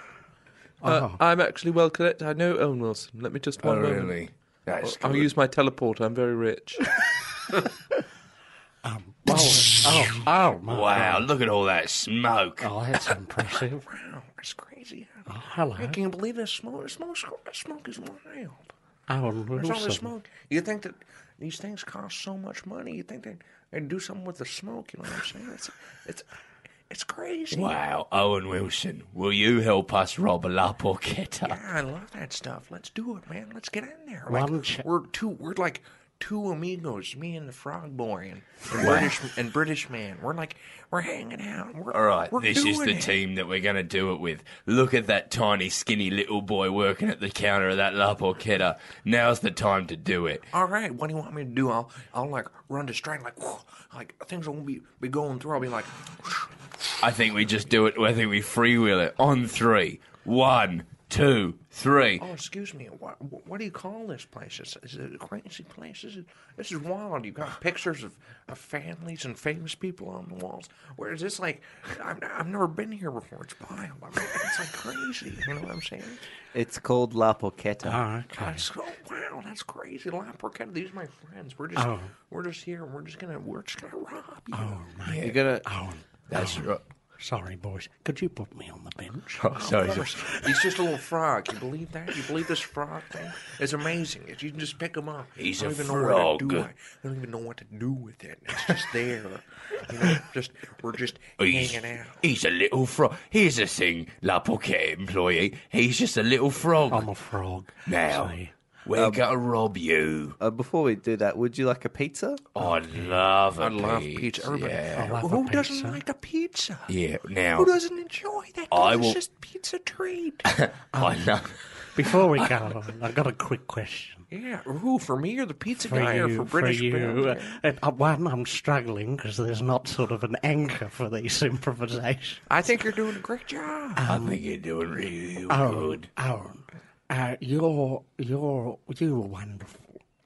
[SPEAKER 10] Uh, I'm actually well connected. I know Owen Wilson. Let me just
[SPEAKER 8] Uh-huh. Oh,
[SPEAKER 10] one moment.
[SPEAKER 8] really? That's
[SPEAKER 10] I'll
[SPEAKER 8] good.
[SPEAKER 10] use my teleporter. I'm very rich.
[SPEAKER 11] Oh, oh, oh my
[SPEAKER 8] Wow, look at all that smoke.
[SPEAKER 11] God. Oh, that's impressive.
[SPEAKER 12] Wow, that's crazy.
[SPEAKER 11] Oh, hello,
[SPEAKER 12] I can't believe this smoke. This smoke, this smoke is wild.
[SPEAKER 5] Oh,
[SPEAKER 11] Alan
[SPEAKER 12] There's all this
[SPEAKER 11] Wilson.
[SPEAKER 12] smoke. You think that these things cost so much money? You think they they'd do something with the smoke? You know what I'm saying? It's it's it's crazy.
[SPEAKER 8] Wow, Owen Wilson, will you help us rob a La Porchetta?
[SPEAKER 12] I love that stuff. Let's do it, man. Let's get in there.
[SPEAKER 11] Well,
[SPEAKER 12] Like,
[SPEAKER 11] ch-
[SPEAKER 12] we're two. We're like two amigos. Me and the Frog Boy and, and British and British Man. We're like we're hanging out. We're,
[SPEAKER 8] All right,
[SPEAKER 12] we're
[SPEAKER 8] this is
[SPEAKER 12] doing
[SPEAKER 8] the
[SPEAKER 12] it.
[SPEAKER 8] team that we're going to do it with. Look at that tiny, skinny little boy working at the counter of that La Porchetta. Now's the time to do it.
[SPEAKER 12] All right, what do you want me to do? I'll I'll like run distracted, like whew, like things won't be be going through. I'll be like,
[SPEAKER 8] I think we just do it. I think we freewheel it on three. One, two, three.
[SPEAKER 12] Oh, excuse me. What, what do you call this place? Is, is it a crazy place? This is, this is wild. You've got pictures of, of families and famous people on the walls. Where is this like? I've, I've never been here before. It's wild. I mean, It's like crazy. You know what I'm saying?
[SPEAKER 13] It's called La Porchetta.
[SPEAKER 5] Oh, okay.
[SPEAKER 12] That's, oh, wow, that's crazy. La Porchetta. These are my friends. We're just
[SPEAKER 5] Oh.
[SPEAKER 12] we're just here. and We're just gonna we're just gonna rob you.
[SPEAKER 5] Oh, mate.
[SPEAKER 13] You're gonna.
[SPEAKER 5] Oh,
[SPEAKER 8] That's right.
[SPEAKER 5] sorry, boys. Could you put me on the bench?
[SPEAKER 8] Oh, sorry.
[SPEAKER 12] Of course. He's just a little frog. You believe that? You believe this frog thing? It's amazing. It's, you can just pick him up.
[SPEAKER 8] He's
[SPEAKER 12] I don't
[SPEAKER 8] a
[SPEAKER 12] even Know what to do.
[SPEAKER 8] frog.
[SPEAKER 12] I don't even know what to do with it. It's just there. You know, just we're just
[SPEAKER 8] He's,
[SPEAKER 12] hanging out.
[SPEAKER 8] he's a little frog. Here's the thing, La Pocket employee. He's just a little frog.
[SPEAKER 5] I'm a frog.
[SPEAKER 8] now,
[SPEAKER 5] See?
[SPEAKER 8] we're going to rob you.
[SPEAKER 13] Um, Uh, before we do that, would you like a pizza?
[SPEAKER 8] I love a
[SPEAKER 12] Oh, I love
[SPEAKER 8] peach.
[SPEAKER 12] pizza. Everybody.
[SPEAKER 8] Yeah.
[SPEAKER 5] love
[SPEAKER 12] Who
[SPEAKER 5] a
[SPEAKER 12] doesn't
[SPEAKER 5] pizza.
[SPEAKER 12] like a pizza?
[SPEAKER 8] yeah. Now,
[SPEAKER 12] Who doesn't enjoy that
[SPEAKER 8] I will-
[SPEAKER 12] delicious pizza treat?
[SPEAKER 8] I love.
[SPEAKER 5] Oh. Before we go, I've got a quick question.
[SPEAKER 12] yeah. Who for me or the pizza
[SPEAKER 5] For
[SPEAKER 12] guy or
[SPEAKER 5] you,
[SPEAKER 12] for British
[SPEAKER 5] for you.
[SPEAKER 12] Bill?
[SPEAKER 5] Uh, uh, one, I'm struggling because there's not sort of an anchor for these improvisations.
[SPEAKER 12] I think you're doing a great job. Oh,
[SPEAKER 8] I think you're doing really
[SPEAKER 5] Aaron,
[SPEAKER 8] good.
[SPEAKER 5] Aaron, uh, you're you're you were wonderful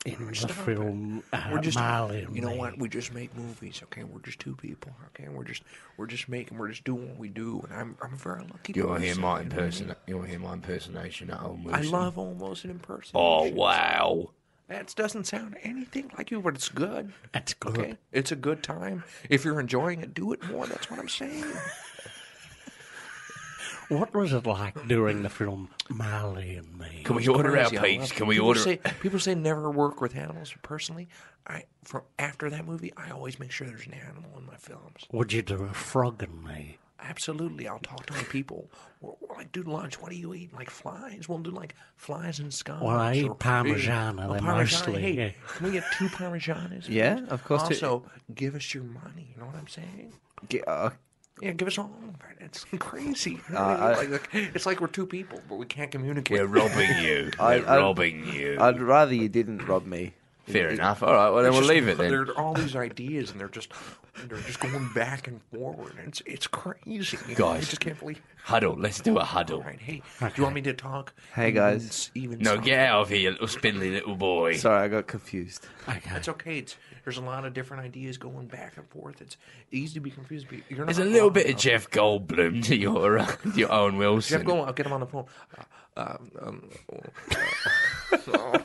[SPEAKER 5] in the film uh,
[SPEAKER 12] We're just,
[SPEAKER 5] Marley and
[SPEAKER 12] you know
[SPEAKER 5] Me.
[SPEAKER 12] what? We just make movies, okay? We're just two people, okay? We're just, we're just making, we're just doing what we do, and I'm, I'm very lucky. to
[SPEAKER 8] You'll
[SPEAKER 12] be
[SPEAKER 8] hear
[SPEAKER 12] so-
[SPEAKER 8] my imperson. You'll hear my impersonation at Old
[SPEAKER 12] I
[SPEAKER 8] Wilson.
[SPEAKER 12] love almost an impersonation.
[SPEAKER 8] Oh wow!
[SPEAKER 12] That doesn't sound anything like you, but it's good.
[SPEAKER 5] That's good.
[SPEAKER 12] Okay, it's a good time. If you're enjoying it, do it more. That's what I'm saying.
[SPEAKER 5] What was it like during the film Marley and Me?
[SPEAKER 8] Can we order our
[SPEAKER 12] Crazy, I love
[SPEAKER 8] peach?
[SPEAKER 12] it.
[SPEAKER 8] Can we
[SPEAKER 12] people
[SPEAKER 8] order?
[SPEAKER 12] Say, people say never work with animals. Personally, I from after that movie, I always make sure there's an animal in my films.
[SPEAKER 5] Would you do a frog and me?
[SPEAKER 12] Absolutely, I'll talk to my people. We'll, we'll, like do lunch. What do you eat? Like flies? We'll do like flies and scones.
[SPEAKER 5] Well, I eat
[SPEAKER 12] or-
[SPEAKER 5] Parmigiana,
[SPEAKER 12] Oh,
[SPEAKER 5] they're
[SPEAKER 12] Parmigiana.
[SPEAKER 5] mostly,
[SPEAKER 12] Hey,
[SPEAKER 5] yeah.
[SPEAKER 12] can we get two Parmigianas?
[SPEAKER 13] Yeah,
[SPEAKER 12] please?
[SPEAKER 13] of course, two-
[SPEAKER 12] Also, give us your money. You know what I'm saying?
[SPEAKER 13] Get, uh,
[SPEAKER 12] Yeah, give us all of it. It's crazy.
[SPEAKER 13] I-
[SPEAKER 12] like, like, it's like we're two people, but we can't communicate.
[SPEAKER 8] Uh, We're robbing you.
[SPEAKER 13] I-
[SPEAKER 8] We're
[SPEAKER 13] I-
[SPEAKER 8] robbing you.
[SPEAKER 13] I'd rather you didn't rob me.
[SPEAKER 8] Fair enough. All right. Well, then we'll
[SPEAKER 12] Just-
[SPEAKER 8] leave it
[SPEAKER 12] There
[SPEAKER 8] then.
[SPEAKER 12] are all these ideas, and they're just they're just going back and forward. It's it's crazy. I
[SPEAKER 8] Guys.
[SPEAKER 12] just can't believe.
[SPEAKER 8] Huddle. Let's do a huddle.
[SPEAKER 12] All right, hey, do you want me to talk?
[SPEAKER 13] Hey, guys.
[SPEAKER 12] even
[SPEAKER 8] No, get out of here, little spindly little boy.
[SPEAKER 13] Sorry, I got confused.
[SPEAKER 5] Okay.
[SPEAKER 12] It's okay. It's, there's a lot of different ideas going back and forth. It's easy to be confused. But you're not
[SPEAKER 8] There's a little
[SPEAKER 12] wrong,
[SPEAKER 8] bit of
[SPEAKER 12] though.
[SPEAKER 8] Jeff Goldblum to your uh, your own Wilson.
[SPEAKER 12] Jeff Goldblum. I'll get him on the phone. Uh, um, um, uh,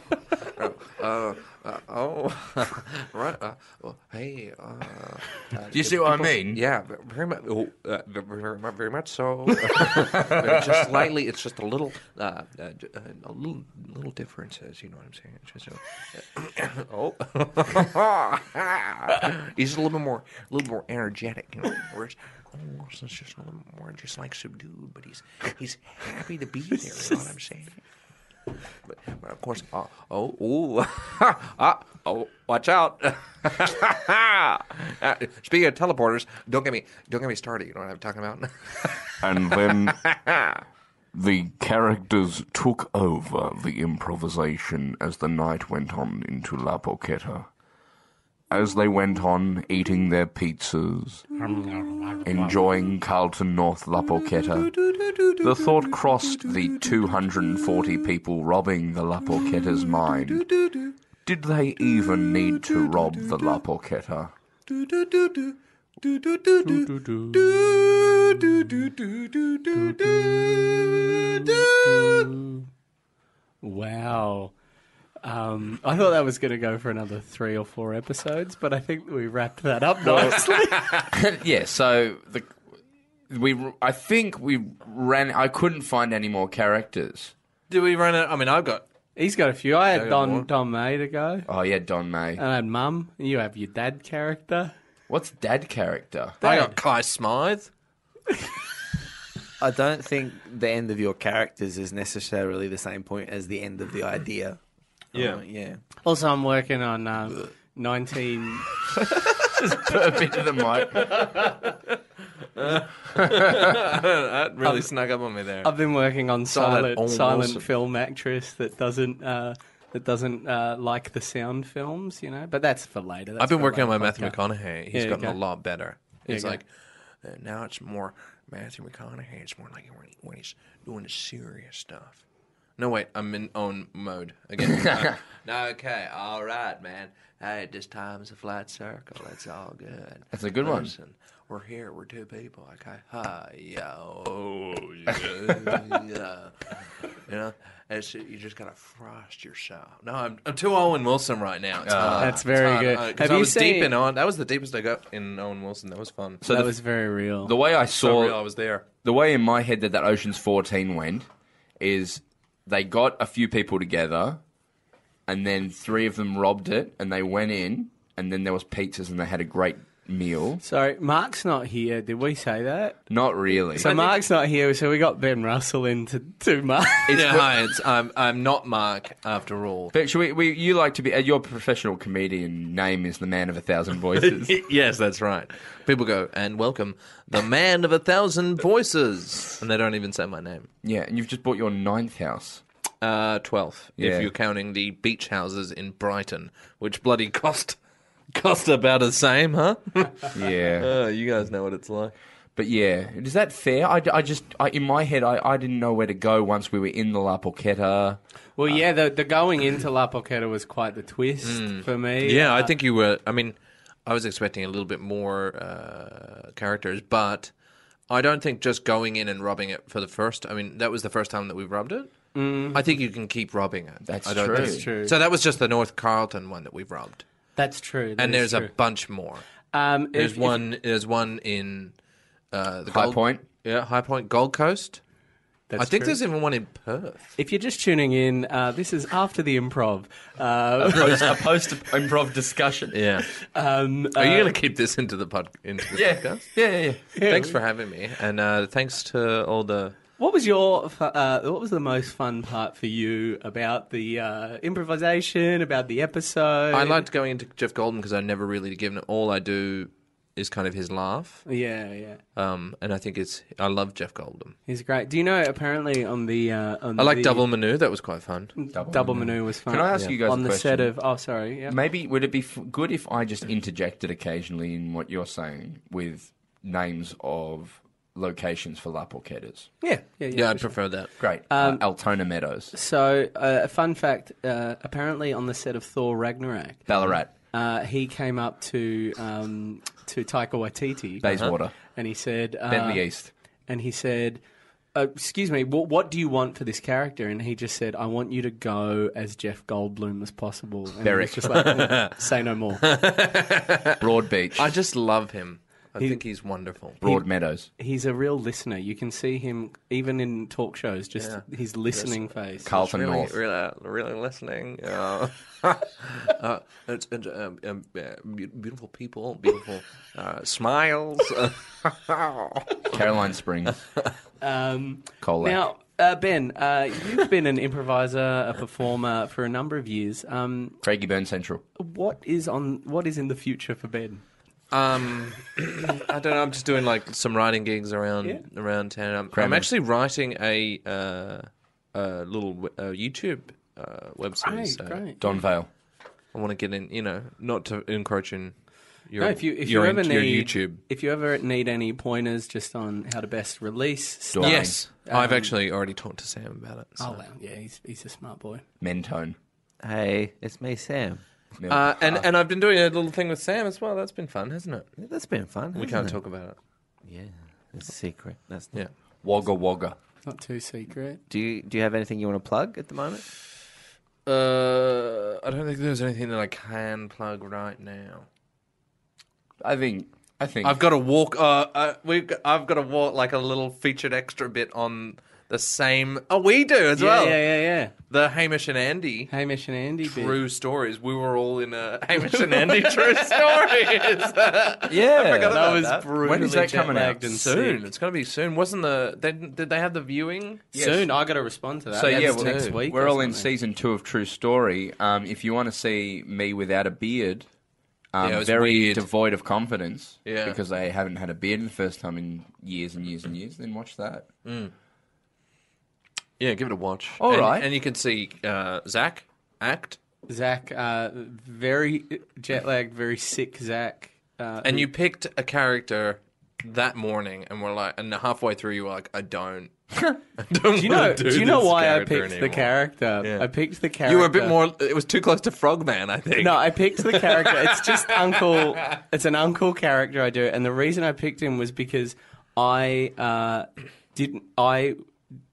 [SPEAKER 12] uh, uh, oh, right. Uh, well, hey. Uh, uh,
[SPEAKER 8] Do you see what I mean?
[SPEAKER 12] yeah, ve- very much. oh, uh, ve- very, mu- very much so. just slightly. It's just a little, uh, uh, j- uh, a little, little differences. You know what I'm saying? It's just a, oh, he's a little bit more, a little more energetic. You know, whereas oh, Wilson's just a little bit more, just like subdued. But he's he's happy to be there. You know what I'm saying? But, but of course, uh, oh, ooh, ah, oh, watch out! Uh, speaking of teleporters, don't get me, don't get me started. You know what I'm talking about?
[SPEAKER 3] And then the characters took over the improvisation as the night went on into La Porchetta. As they went on eating their pizzas, enjoying Carlton North La Porchetta, the thought crossed the 240 people robbing the La Porchetta's mind. Did they even need to rob the La Porchetta?
[SPEAKER 4] Wow. Um, I thought that was going to go for another three or four episodes, but I think we wrapped that up nicely.
[SPEAKER 8] yeah, so the we I think we ran I couldn't find any more characters.
[SPEAKER 10] Do we run out? I mean, I've got.
[SPEAKER 4] He's got a few. I had
[SPEAKER 10] got
[SPEAKER 4] Don
[SPEAKER 10] more.
[SPEAKER 4] Don May to go,
[SPEAKER 8] Oh yeah, Don May.
[SPEAKER 4] and I had Mum. and You have your dad character.
[SPEAKER 8] What's dad character?
[SPEAKER 10] I got Kai Smythe.
[SPEAKER 13] I don't think the end of your characters is necessarily the same point as the end of the idea.
[SPEAKER 10] Yeah.
[SPEAKER 13] Uh, yeah.
[SPEAKER 4] Also, I'm working on um, 19.
[SPEAKER 8] Burp into the mic.
[SPEAKER 10] That really snuck up on me there.
[SPEAKER 4] Um, I've been working on
[SPEAKER 10] Silent
[SPEAKER 4] silent
[SPEAKER 10] Owen Wilson.
[SPEAKER 4] silent film actress that doesn't uh, that doesn't uh, like the sound films, you know. But that's for later. That's
[SPEAKER 10] I've been
[SPEAKER 4] for
[SPEAKER 10] working on my
[SPEAKER 4] later
[SPEAKER 10] Matthew
[SPEAKER 4] podcast.
[SPEAKER 10] McConaughey. He's
[SPEAKER 4] Yeah,
[SPEAKER 10] gotten
[SPEAKER 4] okay.
[SPEAKER 10] a lot better. He's
[SPEAKER 4] okay.
[SPEAKER 10] like, uh, now it's more
[SPEAKER 14] Matthew McConaughey. It's more like when, he, when he's doing the serious stuff. No, wait, I'm in own mode again. Uh, no, okay, all right, man. Hey, this time's a flat circle. It's all good.
[SPEAKER 3] That's a good one.
[SPEAKER 14] Listen, we're here. We're two people. Okay, hi, yo, yeah. you know, it's, you just gotta frost yourself. No, I'm, I'm too Owen Wilson right now.
[SPEAKER 3] Ah.
[SPEAKER 14] It's hard.
[SPEAKER 4] That's very
[SPEAKER 14] It's hard.
[SPEAKER 4] good.
[SPEAKER 14] Uh, 'cause
[SPEAKER 4] Have
[SPEAKER 14] I
[SPEAKER 4] you
[SPEAKER 14] was deep
[SPEAKER 4] seen-
[SPEAKER 14] in Owen. That was the deepest I got in Owen Wilson. That was fun. So
[SPEAKER 3] the-
[SPEAKER 4] that was very real.
[SPEAKER 3] The way I
[SPEAKER 14] so
[SPEAKER 3] saw
[SPEAKER 14] real I was there.
[SPEAKER 3] the way in my head that that Ocean's 14 went is they got a few people together and then three of them robbed it and they went in and then there was pizzas and they had a great meal.
[SPEAKER 4] Sorry, Mark's not here. Did we say that?
[SPEAKER 3] Not really.
[SPEAKER 4] So Mark's not here, so we got Ben Russell in to do Mark.
[SPEAKER 14] yeah, hi, it's, I'm, I'm not Mark after all.
[SPEAKER 3] but should we, we, you like to be, uh, your professional comedian name is the man of a thousand voices.
[SPEAKER 14] yes, that's right. People go, and welcome, the man of a thousand voices. And they don't even say my name.
[SPEAKER 3] yeah, and you've just bought your ninth house.
[SPEAKER 14] Uh, 12,
[SPEAKER 3] Yeah.
[SPEAKER 14] if you're counting the beach houses in Brighton, which bloody cost cost about the same, huh?
[SPEAKER 3] Yeah.
[SPEAKER 14] Uh, you guys know what it's like.
[SPEAKER 3] But yeah, is that fair? I, I just, I, in my head, I, I didn't know where to go once we were in the La Porchetta.
[SPEAKER 4] well, yeah, the, the going into La Poqueta was quite the twist
[SPEAKER 10] Mm.
[SPEAKER 4] for me.
[SPEAKER 14] Mm. Yeah, I
[SPEAKER 4] Uh,
[SPEAKER 14] think you were. I mean, I was expecting a little bit more uh, characters, but I don't think just going in and robbing it for the first. I mean, that was the first time that we've robbed it. I think you can keep robbing it.
[SPEAKER 3] That's
[SPEAKER 14] I don't
[SPEAKER 3] true.
[SPEAKER 14] think-
[SPEAKER 3] That's
[SPEAKER 4] Mm-hmm. true.
[SPEAKER 14] So that was just the North Carlton one that we've robbed,
[SPEAKER 4] that's true. that
[SPEAKER 14] and
[SPEAKER 4] is
[SPEAKER 14] there's a
[SPEAKER 4] true.
[SPEAKER 14] bunch more.
[SPEAKER 4] um, if-
[SPEAKER 14] There's
[SPEAKER 4] if-
[SPEAKER 14] one. There's one in uh, the
[SPEAKER 3] High
[SPEAKER 14] Gold-
[SPEAKER 3] Point?
[SPEAKER 14] Yeah, High Point, Gold Coast.
[SPEAKER 4] that's
[SPEAKER 14] I think
[SPEAKER 4] true.
[SPEAKER 14] there's even one in Perth.
[SPEAKER 4] If you're just tuning in, uh, this is after the improv. Uh,
[SPEAKER 15] Post, a post improv discussion.
[SPEAKER 14] Yeah.
[SPEAKER 4] um,
[SPEAKER 14] Are you
[SPEAKER 4] uh,
[SPEAKER 14] going to keep this into the pod? Into the podcast?
[SPEAKER 15] Yeah, yeah, yeah.
[SPEAKER 14] Thanks for having me, and uh, thanks to all the
[SPEAKER 4] What was your fu- uh, what was the most fun part for you about the uh, improvisation, about the episode?
[SPEAKER 14] I liked going into Jeff Golden because I've never really given it. All I do is kind of his laugh,
[SPEAKER 4] Yeah, yeah,
[SPEAKER 14] um, and I think it's I love Jeff Golden.
[SPEAKER 4] he's great. Do you know? Apparently, on the uh, on
[SPEAKER 14] I like
[SPEAKER 4] the-
[SPEAKER 14] Double Manu. That was quite fun.
[SPEAKER 4] double, menu was fun.
[SPEAKER 3] Can I ask you guys
[SPEAKER 4] on
[SPEAKER 3] a
[SPEAKER 4] the set
[SPEAKER 3] question?
[SPEAKER 4] of? Oh, sorry. Yeah.
[SPEAKER 3] Maybe would it be f- good if I just interjected occasionally in what you're saying with names of locations for La Porchetta's?
[SPEAKER 4] yeah, yeah, yeah.
[SPEAKER 14] Yeah,
[SPEAKER 4] for
[SPEAKER 14] I'd
[SPEAKER 4] sure. Um,
[SPEAKER 14] prefer that.
[SPEAKER 3] Great, uh, Altona Meadows,
[SPEAKER 4] So, uh, fun fact: uh, apparently, on the set of Thor Ragnarok,
[SPEAKER 3] Ballarat,
[SPEAKER 4] uh, he came up to um, to Taika Waititi Uh-huh.
[SPEAKER 3] Bayswater,
[SPEAKER 4] and he said, uh,
[SPEAKER 3] Bentley East.
[SPEAKER 4] and he said, uh, "Excuse me, what, what do you want for this character?" And he just said, "I want you to go as Jeff Goldblum as possible." And he was
[SPEAKER 3] Beric.
[SPEAKER 4] just like, "Mm, say no more.
[SPEAKER 3] Broadbeach,
[SPEAKER 14] I just love him. I think he's wonderful.
[SPEAKER 3] Broad Meadows.
[SPEAKER 4] He's a real listener. You can see him even in talk shows. Just his listening face.
[SPEAKER 3] Carlton
[SPEAKER 14] really,
[SPEAKER 3] North.
[SPEAKER 14] really, uh, really listening. Uh, uh, it's, it's, um, um, uh, be- beautiful people, beautiful uh, smiles.
[SPEAKER 3] Caroline Springs,
[SPEAKER 4] Um,
[SPEAKER 3] Colac.
[SPEAKER 4] now, uh, Ben, uh, you've been an improviser, a performer for a number of years. Um,
[SPEAKER 3] Craigieburn Central.
[SPEAKER 4] what is on? What is in the future for Ben?
[SPEAKER 14] Um, I don't know. I'm just doing like some writing gigs around around town. I'm, I'm actually writing a uh, a little w- uh, YouTube uh, web series. so
[SPEAKER 3] Don Vale.
[SPEAKER 14] I want to get in. You know, not to encroach in your
[SPEAKER 4] No, if you if you
[SPEAKER 14] your,
[SPEAKER 4] ever
[SPEAKER 14] in-
[SPEAKER 4] need
[SPEAKER 14] your YouTube.
[SPEAKER 4] if you ever need any pointers just on how to best release stuff. um,
[SPEAKER 3] Doreen.
[SPEAKER 14] Yes, I've actually already talked to Sam about it. so.
[SPEAKER 4] Oh wow, yeah, he's he's a smart boy.
[SPEAKER 3] Mentone.
[SPEAKER 13] Hey, it's me, Sam.
[SPEAKER 3] Milk.
[SPEAKER 14] Uh, and and I've been doing a little thing with Sam as well. That's been fun, hasn't it?
[SPEAKER 13] That's been fun.
[SPEAKER 14] We can't talk about it.
[SPEAKER 13] Yeah, it's a secret. That's
[SPEAKER 14] Yeah.
[SPEAKER 3] Wagga Wagga.
[SPEAKER 4] Not too secret.
[SPEAKER 13] Do you do you have anything you want to plug at the moment?
[SPEAKER 14] Uh, I don't think there's anything that I can plug right now.
[SPEAKER 3] I think. I think.
[SPEAKER 14] I've got to walk. Uh, uh, we've got, I've got to walk like a little featured extra bit on the same. Oh, we do as well.
[SPEAKER 4] Yeah, yeah, yeah, yeah.
[SPEAKER 14] The Hamish and Andy
[SPEAKER 4] Hamish and Andy. bit.
[SPEAKER 14] true stories. We were all in a Hamish and Andy true stories.
[SPEAKER 3] yeah.
[SPEAKER 14] that was
[SPEAKER 4] brutally
[SPEAKER 3] When is that coming out?
[SPEAKER 4] jet-lagged and
[SPEAKER 14] soon.
[SPEAKER 4] sick.
[SPEAKER 14] It's gonna be soon. Wasn't the they, did they have the viewing?
[SPEAKER 4] Soon, I got to respond to that.
[SPEAKER 3] So
[SPEAKER 4] That's
[SPEAKER 3] yeah, we're,
[SPEAKER 4] next week.
[SPEAKER 3] we're
[SPEAKER 4] or
[SPEAKER 3] all in
[SPEAKER 4] something.
[SPEAKER 3] season two of True Story. Um, if you want to see me without a beard, um,
[SPEAKER 14] Yeah, it was
[SPEAKER 3] very
[SPEAKER 14] weird.
[SPEAKER 3] devoid of confidence,
[SPEAKER 14] Yeah.
[SPEAKER 3] because I haven't had a beard in the first time in years and years and years, then watch that.
[SPEAKER 4] Mm.
[SPEAKER 14] Yeah, give it a watch.
[SPEAKER 3] All
[SPEAKER 14] All right, and,
[SPEAKER 3] right.
[SPEAKER 14] and you can see uh, Zach act,
[SPEAKER 4] Zach, uh, very jet lagged, very sick. Zach, uh,
[SPEAKER 14] and you picked a character that morning, and we're like, and halfway through, you were like, I don't. I don't
[SPEAKER 4] Do you know?
[SPEAKER 14] wanna
[SPEAKER 4] Do, you know
[SPEAKER 14] this
[SPEAKER 4] why I picked
[SPEAKER 14] character
[SPEAKER 4] the
[SPEAKER 14] anymore.
[SPEAKER 4] character?
[SPEAKER 14] Yeah.
[SPEAKER 4] I picked the character.
[SPEAKER 14] You were a bit more. It was too close to Frogman, I think.
[SPEAKER 4] No, I picked the character. It's just uncle. It's an uncle character I do, and the reason I picked him was because I uh, didn't. I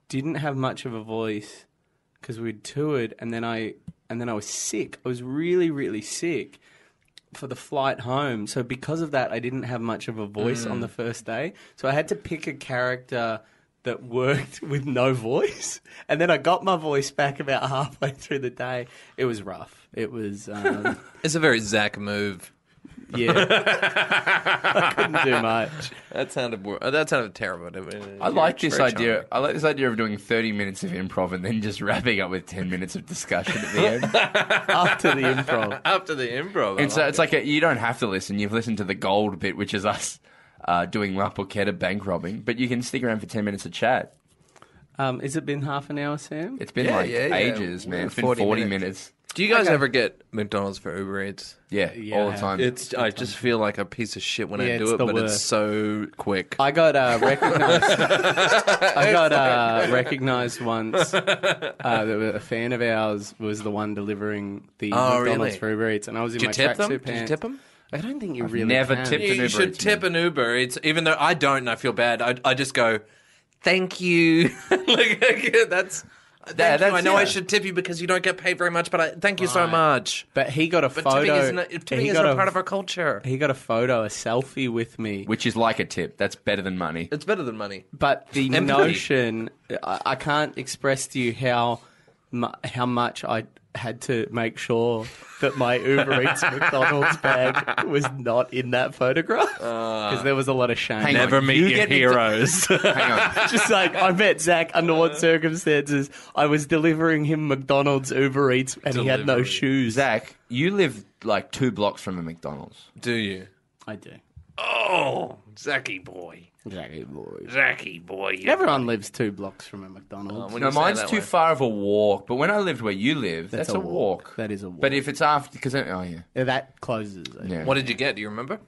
[SPEAKER 4] didn't have much of a voice because we'd toured, and then I and then I was sick. I was really, really sick for the flight home. So because of that, I didn't have much of a voice on the first day. So I had to pick a character that worked with no voice, and then I got my voice back about halfway through the day. It was rough. It was um,
[SPEAKER 14] it's a very Zach move.
[SPEAKER 4] yeah, I couldn't do much.
[SPEAKER 14] That sounded wor- uh, that sounded terrible. didn't it?
[SPEAKER 3] I like this
[SPEAKER 14] It's very
[SPEAKER 3] idea.
[SPEAKER 14] charming.
[SPEAKER 3] I like this idea of doing thirty minutes of improv and then just wrapping up with ten minutes of discussion at the end.
[SPEAKER 4] After the improv,
[SPEAKER 14] After the improv, Oh, I
[SPEAKER 3] and so
[SPEAKER 14] like
[SPEAKER 3] it's like a, you don't have to listen. You've listened to the gold bit, which is us uh, doing La Poqueta bank robbing, but you can stick around for ten minutes of chat.
[SPEAKER 4] um, has it been half an hour, Sam?
[SPEAKER 3] It's been
[SPEAKER 14] Yeah,
[SPEAKER 3] like
[SPEAKER 14] yeah, yeah.
[SPEAKER 3] ages, man. It's been
[SPEAKER 14] 40
[SPEAKER 3] forty,
[SPEAKER 14] minutes.
[SPEAKER 3] minutes.
[SPEAKER 14] it. do you guys ever get McDonald's for Uber Eats?
[SPEAKER 3] Yeah,
[SPEAKER 4] Yeah,
[SPEAKER 3] all
[SPEAKER 4] I
[SPEAKER 3] the
[SPEAKER 4] have.
[SPEAKER 3] time.
[SPEAKER 14] It's I just feel like a piece of shit when
[SPEAKER 4] Yeah,
[SPEAKER 14] I do
[SPEAKER 4] it's
[SPEAKER 14] it,
[SPEAKER 4] the
[SPEAKER 14] but it's
[SPEAKER 4] worst.
[SPEAKER 14] so quick.
[SPEAKER 4] I got uh, recognized. I got uh, recognized once. Uh, that was- a fan of ours was the one delivering the
[SPEAKER 14] Oh,
[SPEAKER 4] McDonald's
[SPEAKER 14] really?
[SPEAKER 4] for Uber Eats, and I was in
[SPEAKER 14] Did you
[SPEAKER 4] my
[SPEAKER 14] tip them?
[SPEAKER 4] tracksuit pants.
[SPEAKER 14] Did you tip them?
[SPEAKER 4] I don't think you really
[SPEAKER 3] never
[SPEAKER 4] can.
[SPEAKER 3] tipped
[SPEAKER 14] You,
[SPEAKER 3] an Uber
[SPEAKER 14] should
[SPEAKER 3] Eats,
[SPEAKER 14] tip
[SPEAKER 3] man.
[SPEAKER 14] an Uber. It's even though I don't, and I feel bad. I, I just go, thank you. like that's. Thank
[SPEAKER 3] Yeah,
[SPEAKER 14] you. I
[SPEAKER 3] that's-
[SPEAKER 14] know I
[SPEAKER 3] yeah.
[SPEAKER 14] should tip you because you don't get paid very much, but I thank you so much.
[SPEAKER 4] But he got a
[SPEAKER 14] But
[SPEAKER 4] photo.
[SPEAKER 14] tipping isn't, tipping
[SPEAKER 4] he
[SPEAKER 14] isn't
[SPEAKER 4] got
[SPEAKER 14] a part of our culture.
[SPEAKER 4] He got a photo, a selfie with me.
[SPEAKER 3] which is like a tip. That's better than money.
[SPEAKER 14] It's better than money.
[SPEAKER 4] But the
[SPEAKER 14] Empathy.
[SPEAKER 4] notion, I, I can't express to you how mu- how much I had to make sure that my Uber Eats McDonald's bag was not in that photograph
[SPEAKER 3] Uh,
[SPEAKER 14] Uh,
[SPEAKER 4] because there was a lot of shame.
[SPEAKER 3] Hang on, you get McDo- Hang on.
[SPEAKER 4] Just like I met Zach under what circumstances I was delivering him McDonald's Uber Eats and he had no
[SPEAKER 14] Delivery.
[SPEAKER 4] shoes.
[SPEAKER 3] Zach, you live like two blocks from a McDonald's.
[SPEAKER 14] Do you?
[SPEAKER 4] I do.
[SPEAKER 6] Oh, Zacky boy.
[SPEAKER 4] Exactly, boy.
[SPEAKER 6] Zacky boy. you-
[SPEAKER 4] Everyone lives two blocks from a
[SPEAKER 14] Uh,
[SPEAKER 4] McDonald's.
[SPEAKER 3] No, mine's too far of a walk. But when I lived where you live, that's, a walk.
[SPEAKER 4] That is a walk.
[SPEAKER 3] But if it's after, because oh yeah,
[SPEAKER 4] Yeah, that closes.
[SPEAKER 3] yeah.
[SPEAKER 14] What did you get? Do you remember?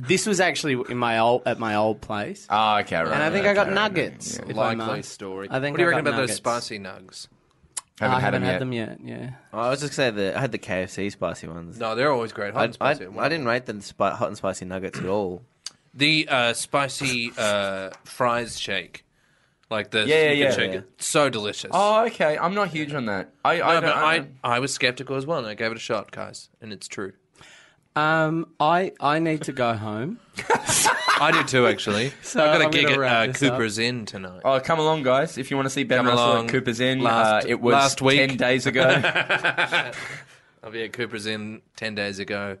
[SPEAKER 4] This was actually in my old at my old place,
[SPEAKER 3] Oh, okay, right.
[SPEAKER 4] and I think
[SPEAKER 3] right,
[SPEAKER 4] I got
[SPEAKER 3] okay, right.
[SPEAKER 4] nuggets.
[SPEAKER 3] Yeah.
[SPEAKER 4] if I
[SPEAKER 14] Likely
[SPEAKER 4] must.
[SPEAKER 14] story.
[SPEAKER 4] I think
[SPEAKER 14] What do you
[SPEAKER 4] I
[SPEAKER 14] reckon
[SPEAKER 4] got
[SPEAKER 14] about those
[SPEAKER 4] nuggets.
[SPEAKER 14] spicy nugs?
[SPEAKER 3] Haven't
[SPEAKER 4] I Ah,
[SPEAKER 3] had
[SPEAKER 4] haven't
[SPEAKER 3] them
[SPEAKER 4] had
[SPEAKER 3] yet.
[SPEAKER 4] them yet. Yeah.
[SPEAKER 13] Oh, I was just going to say the, I had the KFC spicy ones.
[SPEAKER 14] No, they're always great. Hot
[SPEAKER 13] I,
[SPEAKER 14] and
[SPEAKER 13] I,
[SPEAKER 14] spicy.
[SPEAKER 13] I didn't rate the spi- hot and spicy nuggets at all.
[SPEAKER 14] The uh, spicy uh, fries shake, like the
[SPEAKER 3] Yeah, yeah,
[SPEAKER 14] you can
[SPEAKER 3] yeah,
[SPEAKER 14] shake
[SPEAKER 13] yeah.
[SPEAKER 14] it. so delicious.
[SPEAKER 3] Oh, okay. I'm not huge on that. I, I,
[SPEAKER 14] No,
[SPEAKER 3] don't,
[SPEAKER 14] but
[SPEAKER 3] I,
[SPEAKER 14] I,
[SPEAKER 3] don't-
[SPEAKER 14] I was skeptical as well, and I gave it a shot, guys, and it's true.
[SPEAKER 4] Um, I I need to go home.
[SPEAKER 14] I do too, actually.
[SPEAKER 4] So
[SPEAKER 14] I got a
[SPEAKER 4] I'm gonna
[SPEAKER 14] gig at
[SPEAKER 4] wrap
[SPEAKER 14] uh,
[SPEAKER 4] this up.
[SPEAKER 14] Cooper's Inn tonight.
[SPEAKER 3] Oh, come along, guys! If you want to see Ben
[SPEAKER 14] Come
[SPEAKER 3] Russell
[SPEAKER 14] along.
[SPEAKER 3] at Cooper's Inn,
[SPEAKER 14] Last-
[SPEAKER 3] uh, it was
[SPEAKER 14] last week.
[SPEAKER 3] ten days ago.
[SPEAKER 14] I'll be at Cooper's Inn ten days ago.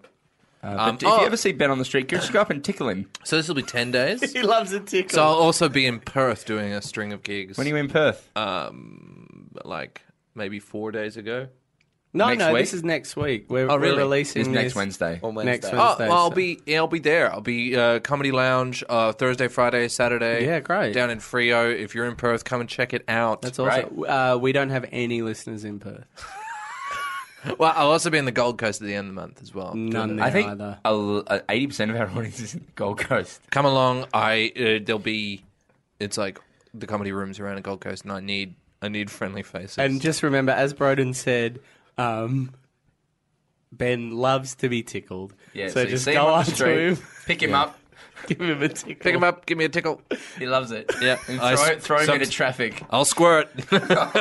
[SPEAKER 3] um,
[SPEAKER 14] Um,
[SPEAKER 3] if
[SPEAKER 14] oh,
[SPEAKER 3] you ever see Ben on the street, just go up and tickle him.
[SPEAKER 14] so this will be ten days.
[SPEAKER 4] He loves a tickle.
[SPEAKER 14] so I'll also be in Perth doing a string of gigs. Um,
[SPEAKER 3] When are you in Perth?
[SPEAKER 14] like maybe four days ago. Oh,
[SPEAKER 4] no,
[SPEAKER 3] next
[SPEAKER 4] no,
[SPEAKER 3] week?
[SPEAKER 4] this is next week. We're, we're
[SPEAKER 14] really?
[SPEAKER 4] releasing
[SPEAKER 3] it's next
[SPEAKER 4] this
[SPEAKER 3] Wednesday.
[SPEAKER 4] Next Wednesday.
[SPEAKER 14] Oh, well, I'll
[SPEAKER 4] so-
[SPEAKER 14] be yeah, I'll be there. I'll be uh, comedy lounge uh, Thursday, Friday, Saturday.
[SPEAKER 4] Yeah, great.
[SPEAKER 14] Down in Frio. If you're in Perth, come and check it out.
[SPEAKER 4] That's awesome. Uh, we don't have any listeners in Perth.
[SPEAKER 14] Well, I'll also be in the Gold Coast at the end of the month as well.
[SPEAKER 4] None there
[SPEAKER 3] I think
[SPEAKER 4] either.
[SPEAKER 14] uh,
[SPEAKER 3] eighty percent of our audience is in the Gold Coast.
[SPEAKER 14] Come along. I uh, there'll be. It's like the comedy rooms around the Gold Coast, and I need I need friendly faces.
[SPEAKER 4] And just remember, as Broden said, um, Ben loves to be tickled.
[SPEAKER 3] Yeah,
[SPEAKER 4] so,
[SPEAKER 3] so you
[SPEAKER 4] just
[SPEAKER 3] see him
[SPEAKER 4] go
[SPEAKER 3] on
[SPEAKER 4] up
[SPEAKER 3] the
[SPEAKER 4] to
[SPEAKER 3] street.
[SPEAKER 4] him,
[SPEAKER 3] Pick him up.
[SPEAKER 4] give him a tickle.
[SPEAKER 14] pick him up. Give me a tickle.
[SPEAKER 3] He loves it.
[SPEAKER 14] Yeah,
[SPEAKER 3] And
[SPEAKER 14] I
[SPEAKER 3] throw,
[SPEAKER 14] s-
[SPEAKER 3] throw him
[SPEAKER 14] some-
[SPEAKER 3] into traffic.
[SPEAKER 14] I'll squirt.
[SPEAKER 3] All right,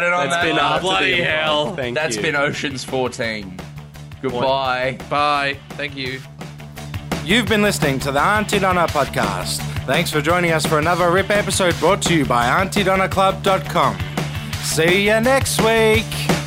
[SPEAKER 3] and on
[SPEAKER 4] That's
[SPEAKER 3] that
[SPEAKER 4] been
[SPEAKER 3] note,
[SPEAKER 4] after
[SPEAKER 3] bloody
[SPEAKER 4] the
[SPEAKER 3] hell.
[SPEAKER 4] improv. Thank
[SPEAKER 3] That's
[SPEAKER 4] you.
[SPEAKER 3] been Oceans 14. Goodbye.
[SPEAKER 14] Bye. Thank you.
[SPEAKER 2] You've been listening to the Auntie Donna podcast. Thanks for joining us for another RIP episode brought to you by AuntieDonnaClub.com. See you next week.